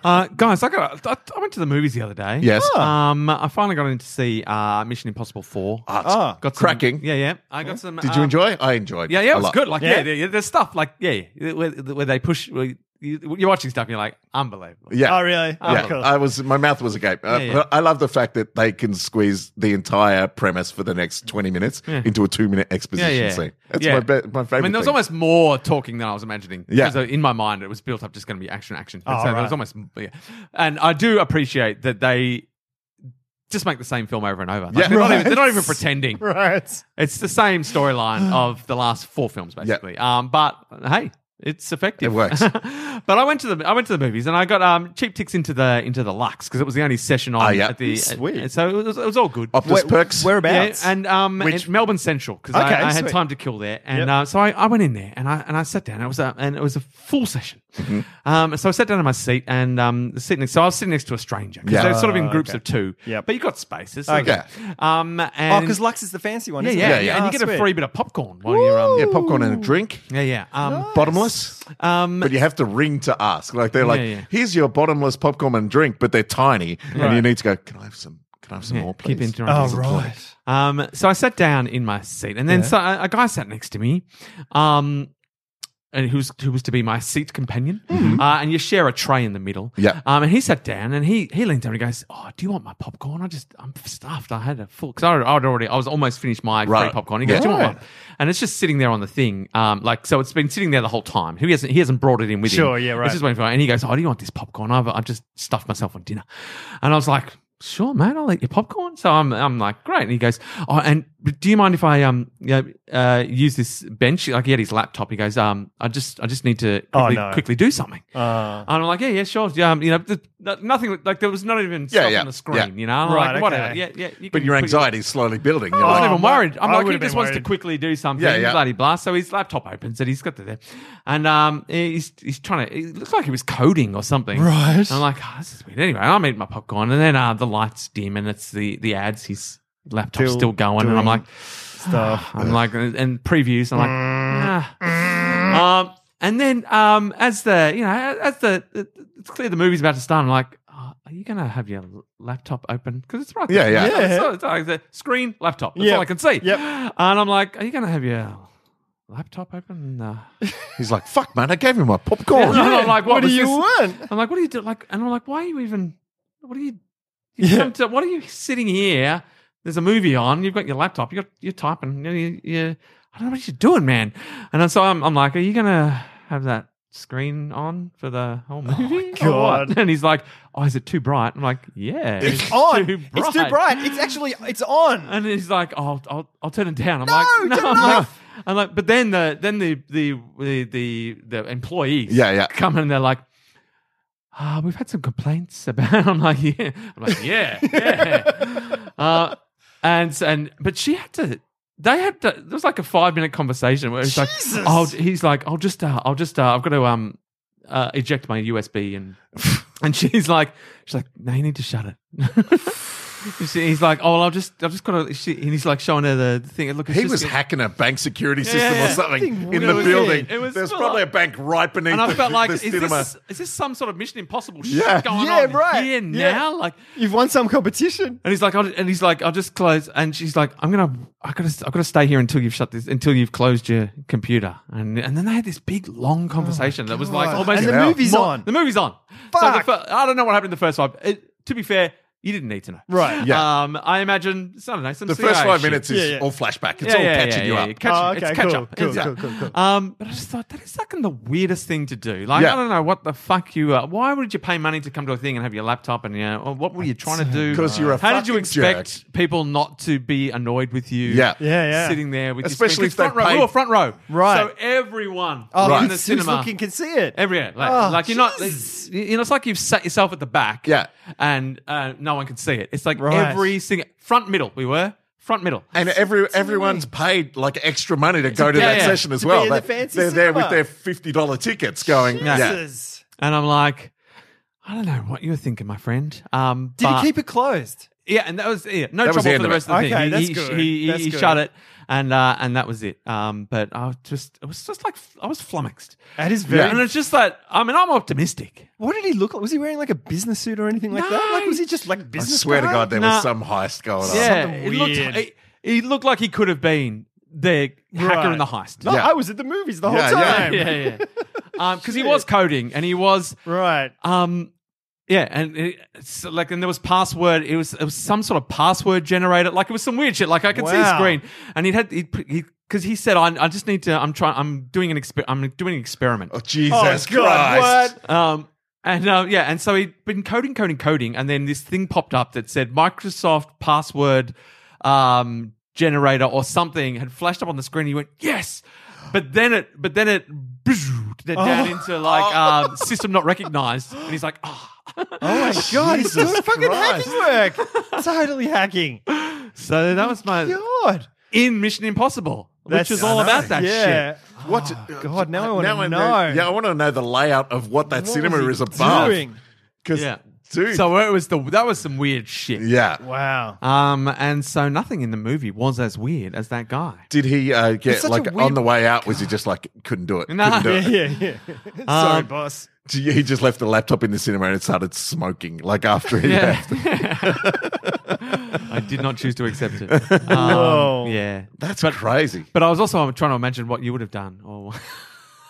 S3: Uh, guys, I got. I, I went to the movies the other day.
S1: Yes.
S3: Um, I finally got in to see uh, Mission Impossible Four.
S1: Ah, it's
S4: Ah,
S3: got some-
S1: cracking.
S3: yeah, yeah. I got some.
S1: Did you
S3: um,
S1: enjoy? I enjoyed.
S3: Yeah, yeah,
S1: a
S3: it was
S1: lot.
S3: good. Like,
S4: Yeah?
S3: yeah, there- there's stuff like yeah, where, where they push where you, you're watching stuff and you're like, unbelievable.
S1: Yeah.
S4: Oh, really? Oh,
S1: yeah, Uh,
S4: cool.
S1: I was. My mouth was agape. Uh,
S3: Yeah, yeah.
S1: But I love the fact that they can squeeze the entire premise for the next twenty minutes
S3: Yeah.
S1: into a two-minute exposition
S3: Yeah, yeah.
S1: scene. That's
S3: Yeah.
S1: my be- my favorite.
S3: I mean, there was
S1: thing.
S3: almost more talking than I was imagining.
S1: Yeah.
S3: Because in my mind, it was built up just going to be action, action.
S4: Oh,
S3: so there
S4: right.
S3: was almost, yeah. And I do appreciate that they just make the same film over and over. Like,
S1: Yeah.
S3: they're, not even,
S1: Right.
S3: they're not even pretending.
S4: right.
S3: It's the same storyline of the last four films, basically. Um, but hey, it's effective.
S1: It works.
S3: but I went to the I went to the movies and I got um cheap ticks into the into the Lux because it was the only session on
S1: Oh, yeah.
S3: at the
S4: Sweet.
S3: uh, so it was, it was all good.
S1: Optus perks.
S4: Whereabouts?
S3: Yeah, and um,
S1: Which-
S3: and Melbourne Central because
S4: Okay,
S3: I, I had
S4: sweet.
S3: time to kill there, and
S4: Yep.
S3: uh, so I, I went in there and I and I sat down. It was a and it was a full session.
S4: Mm-hmm.
S3: Um, so I sat down in my seat and um, the seat next. So I was sitting next to a stranger 'cause
S1: Yeah.
S3: they're sort of in
S4: Oh,
S3: groups
S4: okay.
S3: of two.
S4: Yep.
S3: but you got spaces.
S1: Okay.
S3: Um,
S4: oh,
S3: and
S4: because Lux is the fancy one.
S3: yeah,
S4: isn't
S3: yeah,
S4: it?
S1: Yeah, yeah.
S3: and
S4: Ah,
S3: you get a
S4: sweet.
S3: free bit of popcorn while you're um,
S1: yeah, popcorn and a drink,
S3: yeah, yeah. Um,
S1: bottomless.
S3: um,
S1: But you have to ring to ask. Like they're like,
S3: Yeah, yeah.
S1: "Here's your bottomless popcorn and drink," but they're tiny, and you
S4: Right.
S1: need to go. Can I have some? Can I have some
S3: yeah,
S1: more, please?
S3: keep interrupting.
S4: Oh, right.
S3: Um, so I sat down in my seat, and then so a, a guy sat next to me, um, and who's who was to be my seat companion.
S4: Mm-hmm.
S3: Uh, and you share a tray in the middle.
S1: Yeah.
S3: Um, and he sat down, and he he leaned down and he goes, "Oh, do you want my popcorn? I just I'm stuffed. I had a full because I I'd already I was almost finished my
S1: Right.
S3: free popcorn. He goes, "Do you want
S1: Right.
S3: one?" And it's just sitting there on the thing, um, like so. It's been sitting there the whole time. He hasn't he hasn't brought it in with him.
S4: Sure, yeah,
S3: It's
S4: right.
S3: just waiting for it. And he goes, "Oh, do you want this popcorn? I've I've just stuffed myself on dinner," and I was like. Sure, man. I'll eat your popcorn. So I'm, I'm like, great. And he goes, oh, and do you mind if I, um, you know, uh, use this bench? Like he had his laptop. He goes, um, I just, I just need to
S4: Oh,
S3: quickly,
S4: no.
S3: quickly do something.
S1: Oh.
S4: Uh,
S3: And I'm like, yeah, yeah, sure. Yeah, um, you know, th- no- nothing. Like there was not even stuff
S1: yeah,
S3: on the screen.
S1: yeah.
S3: You know, I'm
S4: Right,
S3: like whatever.
S4: okay.
S3: Yeah, yeah. You
S1: But
S3: can
S1: your
S3: put
S1: anxiety is slowly building. You're
S3: I wasn't
S1: like,
S4: Oh,
S3: even
S4: my-
S3: worried. I'm
S4: I
S3: like, he
S4: would've
S3: just
S4: been
S3: wants to
S4: worried.
S3: quickly do something.
S1: Yeah, yeah.
S3: Bloody blast. So his laptop opens and he's got the there. And um, he's, he's trying to, it looks like he was coding or something.
S4: Right.
S3: And I'm like, oh, this is weird. Anyway, I'm eating my popcorn. And then uh, the lights dim and it's the, the ads. His laptop's
S4: Still
S3: still going. And I'm
S4: doing
S3: like,
S4: stuff.
S3: I'm like, and previews. I'm like, ah. um, and then um, as the you know as the it's clear the movie's about to start. I'm like, oh, are you gonna have your laptop open? Because it's right. there.
S1: Yeah, yeah.
S3: It's not- It's,
S4: Yeah.
S3: not- it's not like the screen, laptop. That's
S4: Yep.
S3: all I can see.
S4: Yep.
S3: And I'm like, are you gonna have your laptop open? No.
S1: he's like, "Fuck, man! I gave him my
S3: And
S1: popcorn."
S3: I'm like, what,
S4: do
S3: was
S4: you
S3: this?
S4: want?
S3: I'm like, what do you do? Like, and I'm like, why are you even? What are you? you
S4: Yeah.
S3: come to- what are you sitting here? There's a movie on. You've got your laptop. You got you're typing. You, you, you- I don't know what you're doing, man. And then so I'm, I'm like, are you gonna have that screen on for the whole movie? or
S4: Oh God.
S3: what?" And he's like, oh, is it too bright? I'm like, yeah,
S4: It's, on. It's too bright. It's actually it's on.
S3: And he's like, oh, I'll, I'll, I'll turn it down. I'm
S4: No,
S3: like,
S4: turn it
S3: I'm like,
S4: off.
S3: I'm like, but then the then the the the the, the employees,
S1: Yeah, yeah.
S3: come in and they're like, ah, we've had some complaints about. I'm like, yeah, I'm like, yeah, yeah. uh, and and but she had to. They had to, there was like a five minute conversation where it's like,
S4: Jesus.
S3: oh, he's like, I'll just, uh, I'll just, uh, I've got to um, uh, eject my USB and and she's like, she's like, no, you need to shut it. She- he's like, oh, well, I'll just, I've just got to. She, and he's like showing her the, the thing. Look, it's
S1: He
S3: just
S1: was
S3: gonna-
S1: hacking a bank security system
S3: yeah.
S1: or something
S4: Something
S1: in the
S4: really-
S1: building.
S3: It was
S1: There's
S3: full
S1: probably a
S3: up.
S1: bank right beneath
S3: And I
S1: the,
S3: felt like,
S1: the
S3: is
S1: cinema.
S3: this, is this some sort of Mission Impossible
S1: Yeah.
S3: shit going
S4: Yeah,
S3: on
S4: right.
S3: here
S4: Yeah.
S3: now? Like,
S4: You've won some competition.
S3: and he's like, I'll, and he's like, I'll just close. And she's like, I'm gonna, I gotta, I gotta stay here until you've shut this, until you've closed your computer. And and then they had this big long conversation that was like
S4: God.
S3: almost
S4: And
S1: the
S4: movie's
S3: Mo-
S4: on.
S3: The movie's on.
S4: Fuck.
S3: So the fir- I don't know what happened in the first five. It, to be fair, you didn't need to know.
S4: Right.
S1: Yeah.
S3: Um, I imagine. I don't know. Some
S1: The first
S3: CIA
S1: five
S3: shit.
S1: minutes is
S4: Yeah, yeah.
S1: all flashback. It's
S3: Yeah,
S1: all
S3: yeah,
S1: catching
S3: yeah,
S1: you
S3: yeah,
S1: up.
S3: yeah. Catching,
S4: Oh, okay,
S3: it's catch
S4: cool,
S3: up.
S4: cool,
S3: It's-
S4: cool, cool, cool.
S3: Um, but I just thought that is fucking the weirdest thing to do. Like,
S1: Yeah.
S3: I don't know what the fuck you. Uh, why would you pay money to come to a thing and have your laptop and you know or what were you trying to do?
S1: 'Cause you're a
S3: How did you
S1: fucking
S3: expect people not to be annoyed with you?
S1: Yeah.
S4: Yeah, yeah.
S3: Sitting there with your
S1: Especially
S3: screen- 'cause
S1: if
S3: front row.
S1: they
S3: We
S1: paid-
S3: were front row,
S4: Right.
S3: So everyone
S4: Oh,
S1: Right.
S3: in
S4: who's-
S3: the
S4: who's
S3: cinema.
S4: looking can see it.
S3: Everywhere, like,
S4: Oh,
S3: like you're not,
S4: Jesus.
S3: you know, it's like you've sat yourself at the back,
S1: Yeah.
S3: and uh, no one can see it. It's like
S4: Right.
S3: every single front middle. We were front middle,
S1: And every everyone's paid like extra money to go to
S3: Yeah,
S1: that
S3: yeah.
S1: session as
S4: To be
S1: well.
S4: in the
S1: They-
S4: fancy
S1: they're there with
S4: cinema.
S1: their fifty dollar tickets, going. Yeah,
S4: Jesus.
S3: And I'm like, I don't know what you were thinking, my friend. Um,
S4: Did
S3: but-
S4: he keep it closed?
S3: Yeah, and that was yeah, no
S1: That was the
S3: trouble for
S1: end
S3: the
S1: of it.
S3: rest of the
S4: Okay,
S3: thing.
S4: that's
S3: he,
S4: good.
S3: He, he,
S4: That's
S3: he
S4: good.
S3: shut it, and uh, and that was it. Um, but I was just it was just like I was flummoxed,
S4: That is very.
S3: and it's just like I mean I'm optimistic.
S4: What did he look like? Was he wearing like a business suit or anything like
S3: No.
S4: that? Like, was he just like
S1: I
S4: business?
S1: swear to
S4: guy?
S1: God, there
S3: Nah.
S1: was some heist going on.
S3: yeah,
S4: something
S3: it looked
S4: weird.
S3: he, he looked like he could have been the hacker in the heist.
S4: No,
S1: Yeah.
S4: I was at the movies the
S1: Yeah,
S4: whole
S1: yeah.
S4: time.
S3: yeah, yeah. because he was coding and he was
S4: Right.
S3: um, yeah, and it, it's like, and there was password. It was it was some sort of password generator. Like it was some weird shit. Like I could see his
S4: Wow.
S3: screen, and he had he because he, said, I, "I just need to. I'm trying. I'm doing an exper- I'm doing an experiment."
S1: Oh, Jesus Christ.
S4: What?
S3: Um, and uh, yeah, and so he'd been coding, coding, coding, and then this thing popped up that said Microsoft password um, generator or something had flashed up on the screen. He went, "Yes," but then it, but then it, it down into like um, system not recognized, and he's like, "Ah."
S4: Oh my god, he's doing fucking
S1: Christ.
S4: hacking work. totally hacking.
S3: So that was my
S4: God.
S3: in Mission Impossible,
S4: That's-
S3: which is all
S4: I know.
S3: about that
S4: yeah.
S3: shit.
S1: What?
S4: God, now I wanna know.
S1: Yeah, I want to know the layout of what that
S4: What
S1: cinema
S4: was he
S1: is above.
S4: doing?
S1: 'Cause,
S3: Yeah.
S1: dude.
S3: So it was the that was some weird shit.
S1: yeah.
S4: Wow.
S3: Um, and so nothing in the movie was as weird as that guy.
S1: Did he uh,
S4: He's
S1: get
S4: such a
S1: like
S4: weird
S1: on the way out? Was he just like couldn't do it?
S3: No.
S1: Couldn't do
S4: Yeah,
S1: it.
S4: yeah, yeah. Sorry,
S3: Um,
S4: boss.
S1: He just left the laptop in the cinema and it started smoking. Like after he
S3: Yeah.
S1: left,
S3: I did not choose to accept it.
S4: Oh.
S3: Um, yeah.
S1: that's crazy.
S3: But I was also trying to imagine what you would have done. Or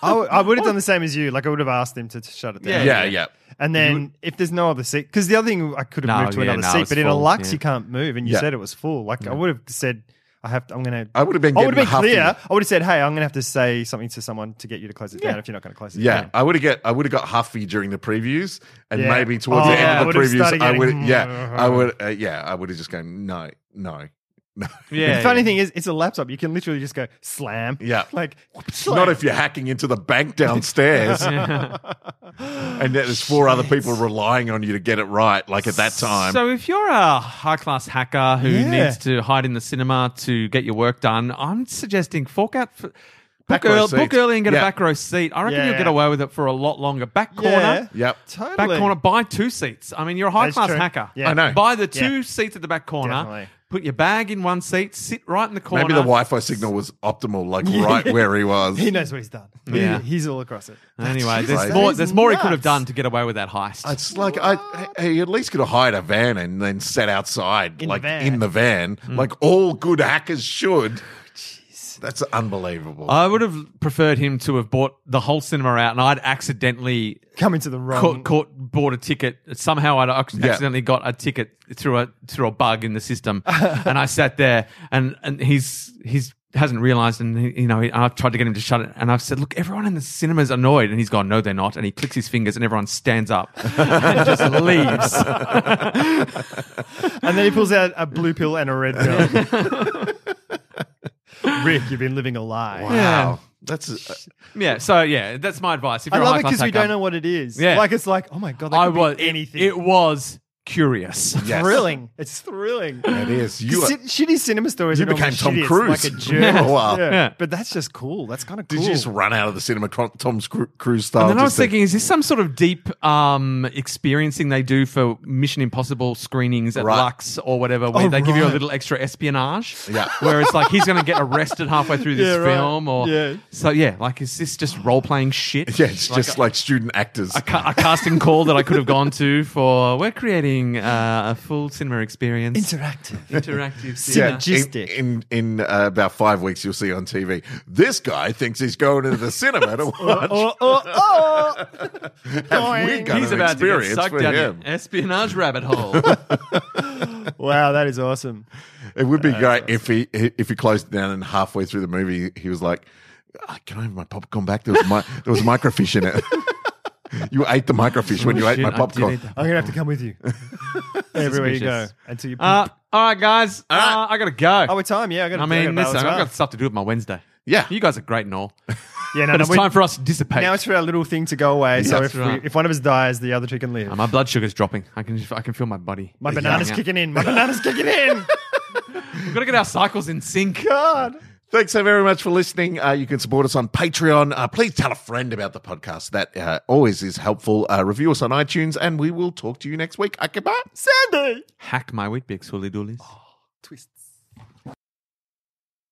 S4: I, w- I would have done the same as you. Like I would have asked him to, to shut it down.
S3: Yeah,
S1: Yeah, yeah.
S4: And then if there's no other seat, because the other thing I could have
S3: No,
S4: moved to
S3: yeah,
S4: another
S3: no,
S4: seat,
S3: it's
S4: but in a
S3: full,
S4: Lux
S3: yeah.
S4: you can't move, and you
S1: Yeah.
S4: said it was full. Like I would have said, I have. To, I'm gonna.
S1: I would have been
S4: I would have
S1: getting
S4: been clear.
S1: huffy.
S4: I would have said, hey, I'm gonna have to say something to someone to get you to close it down if you're not gonna close it
S1: Yeah,
S4: down.
S1: I would have get I would have got huffy during the previews, and
S4: Yeah.
S1: maybe towards
S4: Oh,
S1: the end
S4: I
S1: of the
S4: would've started
S1: previews, I would.
S4: getting-
S1: Yeah, I would. Uh, yeah, I would have just gone no, no, no.
S3: yeah,
S4: the funny thing is, it's a laptop. You can literally just go slam.
S1: Yeah.
S4: Like
S1: Not if you're hacking into the bank downstairs, and there's four other people relying on you to get it right. Like at that time,
S3: So if you're a high class hacker who
S4: Yeah.
S3: needs to hide in the cinema to get your work done, I'm suggesting fork out. For,
S1: Back
S3: Book,
S1: row
S3: early, book
S1: seats.
S3: early and get
S1: Yeah.
S3: a back row seat. I reckon
S4: Yeah,
S3: you'll get
S4: yeah.
S3: away with it for a lot longer. Back corner,
S1: yep.
S4: Totally.
S3: back corner. Buy two seats. I mean, you're a high
S4: That's
S3: class
S4: true.
S3: hacker.
S4: Yeah.
S1: I know.
S3: Buy the two
S4: Yeah.
S3: seats at the back corner.
S4: Definitely.
S3: Put your bag in one seat. Sit right in the corner.
S1: Maybe the Wi-Fi signal was optimal, like right where he was.
S4: He knows what he's done.
S3: Yeah.
S4: He- he's all across it.
S3: Anyway,
S1: crazy.
S3: there's more.
S4: That
S3: There's
S4: is
S3: more he
S4: nuts.
S3: could have done to get away with that heist.
S1: It's like I, he at least could have hired a van and then sat outside,
S4: In the
S1: like
S4: van.
S1: in the van, Hmm. like all good hackers should. That's unbelievable.
S3: I would have preferred him to have bought the whole cinema out, and I'd accidentally
S4: Come into the wrong.
S3: caught, caught bought a ticket. Somehow I'd ac-
S1: Yeah.
S3: accidentally got a ticket through a through a bug in the system, and I sat there, and and he's he's hasn't realized, and he, you know, he, I've tried to get him to shut it, and I've said, look, everyone in the cinema's annoyed, and he's gone, no, they're not, and he clicks his fingers, and everyone stands up and just leaves.
S4: And then he pulls out a blue pill and a red pill. Rick, you've been living a lie.
S1: wow,
S3: yeah.
S1: that's uh,
S3: yeah, so yeah, that's my advice. If
S4: I
S3: you're a
S4: love it
S3: high-class
S4: because we
S3: hacker-
S4: don't know what it is.
S3: Yeah.
S4: Like it's like, oh my god, that
S3: I
S4: could
S3: was
S4: be anything.
S3: It, it was curious.
S1: yes.
S4: thrilling. It's thrilling.
S1: It is. You are,
S4: Cin- shitty cinema stories.
S1: You
S4: are normally
S1: became Tom
S4: shitty.
S1: Cruise.
S4: It's like a jerk.
S1: Yeah. Wow.
S3: Yeah.
S4: But that's just cool. That's kind of
S1: did
S4: cool.
S1: you just run out of the cinema, Tom- Tom Scru- Cruise style?
S3: And then I was
S1: just to-
S3: thinking, is this some sort of deep um, experiencing they do for Mission Impossible screenings at
S1: Right.
S3: Lux or whatever, where
S4: Oh,
S3: they give you a
S4: right.
S3: little extra espionage?
S1: Yeah.
S3: Where it's like he's going to get arrested halfway through this
S4: Yeah, right.
S3: film, or
S4: Yeah.
S3: so. Yeah, like is this just role playing shit?
S1: yeah, it's just like student actors.
S3: a, ca- a casting call that I could have gone to for we're creating uh, a full cinema experience,
S4: interactive?
S3: interactive
S1: yeah,
S3: cinema.
S1: in-
S4: synergistic.
S1: in in, uh, about five weeks, you'll see on TV. This guy thinks he's going to the cinema to watch.
S4: oh, oh, oh.
S1: Have we got
S3: He's
S1: an
S3: about to get
S1: experience
S3: sucked
S1: for
S3: down
S1: him?
S3: an espionage rabbit hole.
S4: Wow, that is awesome.
S1: It would
S3: Uh,
S1: be great if he if he closed down and halfway through the movie he was like, "Ah, "Can I have my popcorn back? There was my, there was microfish in it. you ate the microfish when you ate
S3: Oh, Shit,
S1: my
S3: I
S1: popcorn."
S3: did eat that.
S4: I'm gonna have to come with you everywhere you go
S3: Suspicious.
S4: until you.
S3: Uh, all right, guys, uh, I gotta go.
S4: oh, we're time. Yeah, I got.
S3: I mean, listen, I've got
S4: got.
S3: stuff to do with my Wednesday.
S1: Yeah.
S3: You guys are great and all. But
S4: Yeah, no, no,
S3: it's
S4: we-
S3: time for us to dissipate.
S4: Now it's for our little thing to go away. so
S3: That's
S4: if,
S3: right.
S4: we, if one of us dies, the other two can live.
S3: Uh, my blood sugar's dropping. I can I can feel my body.
S4: My banana's
S3: Yeah.
S4: kicking in. My banana's kicking in.
S3: We've got to get our cycles in sync.
S4: God.
S1: Thanks so very much for listening. Uh, you can support us on Patreon. Uh, please tell a friend about the podcast. That uh, always is helpful. Uh, review us on iTunes, and we will talk to you next week. Akbar.
S4: Sandy.
S3: Hack my Weet-Bix, holy doolies.
S4: Twist.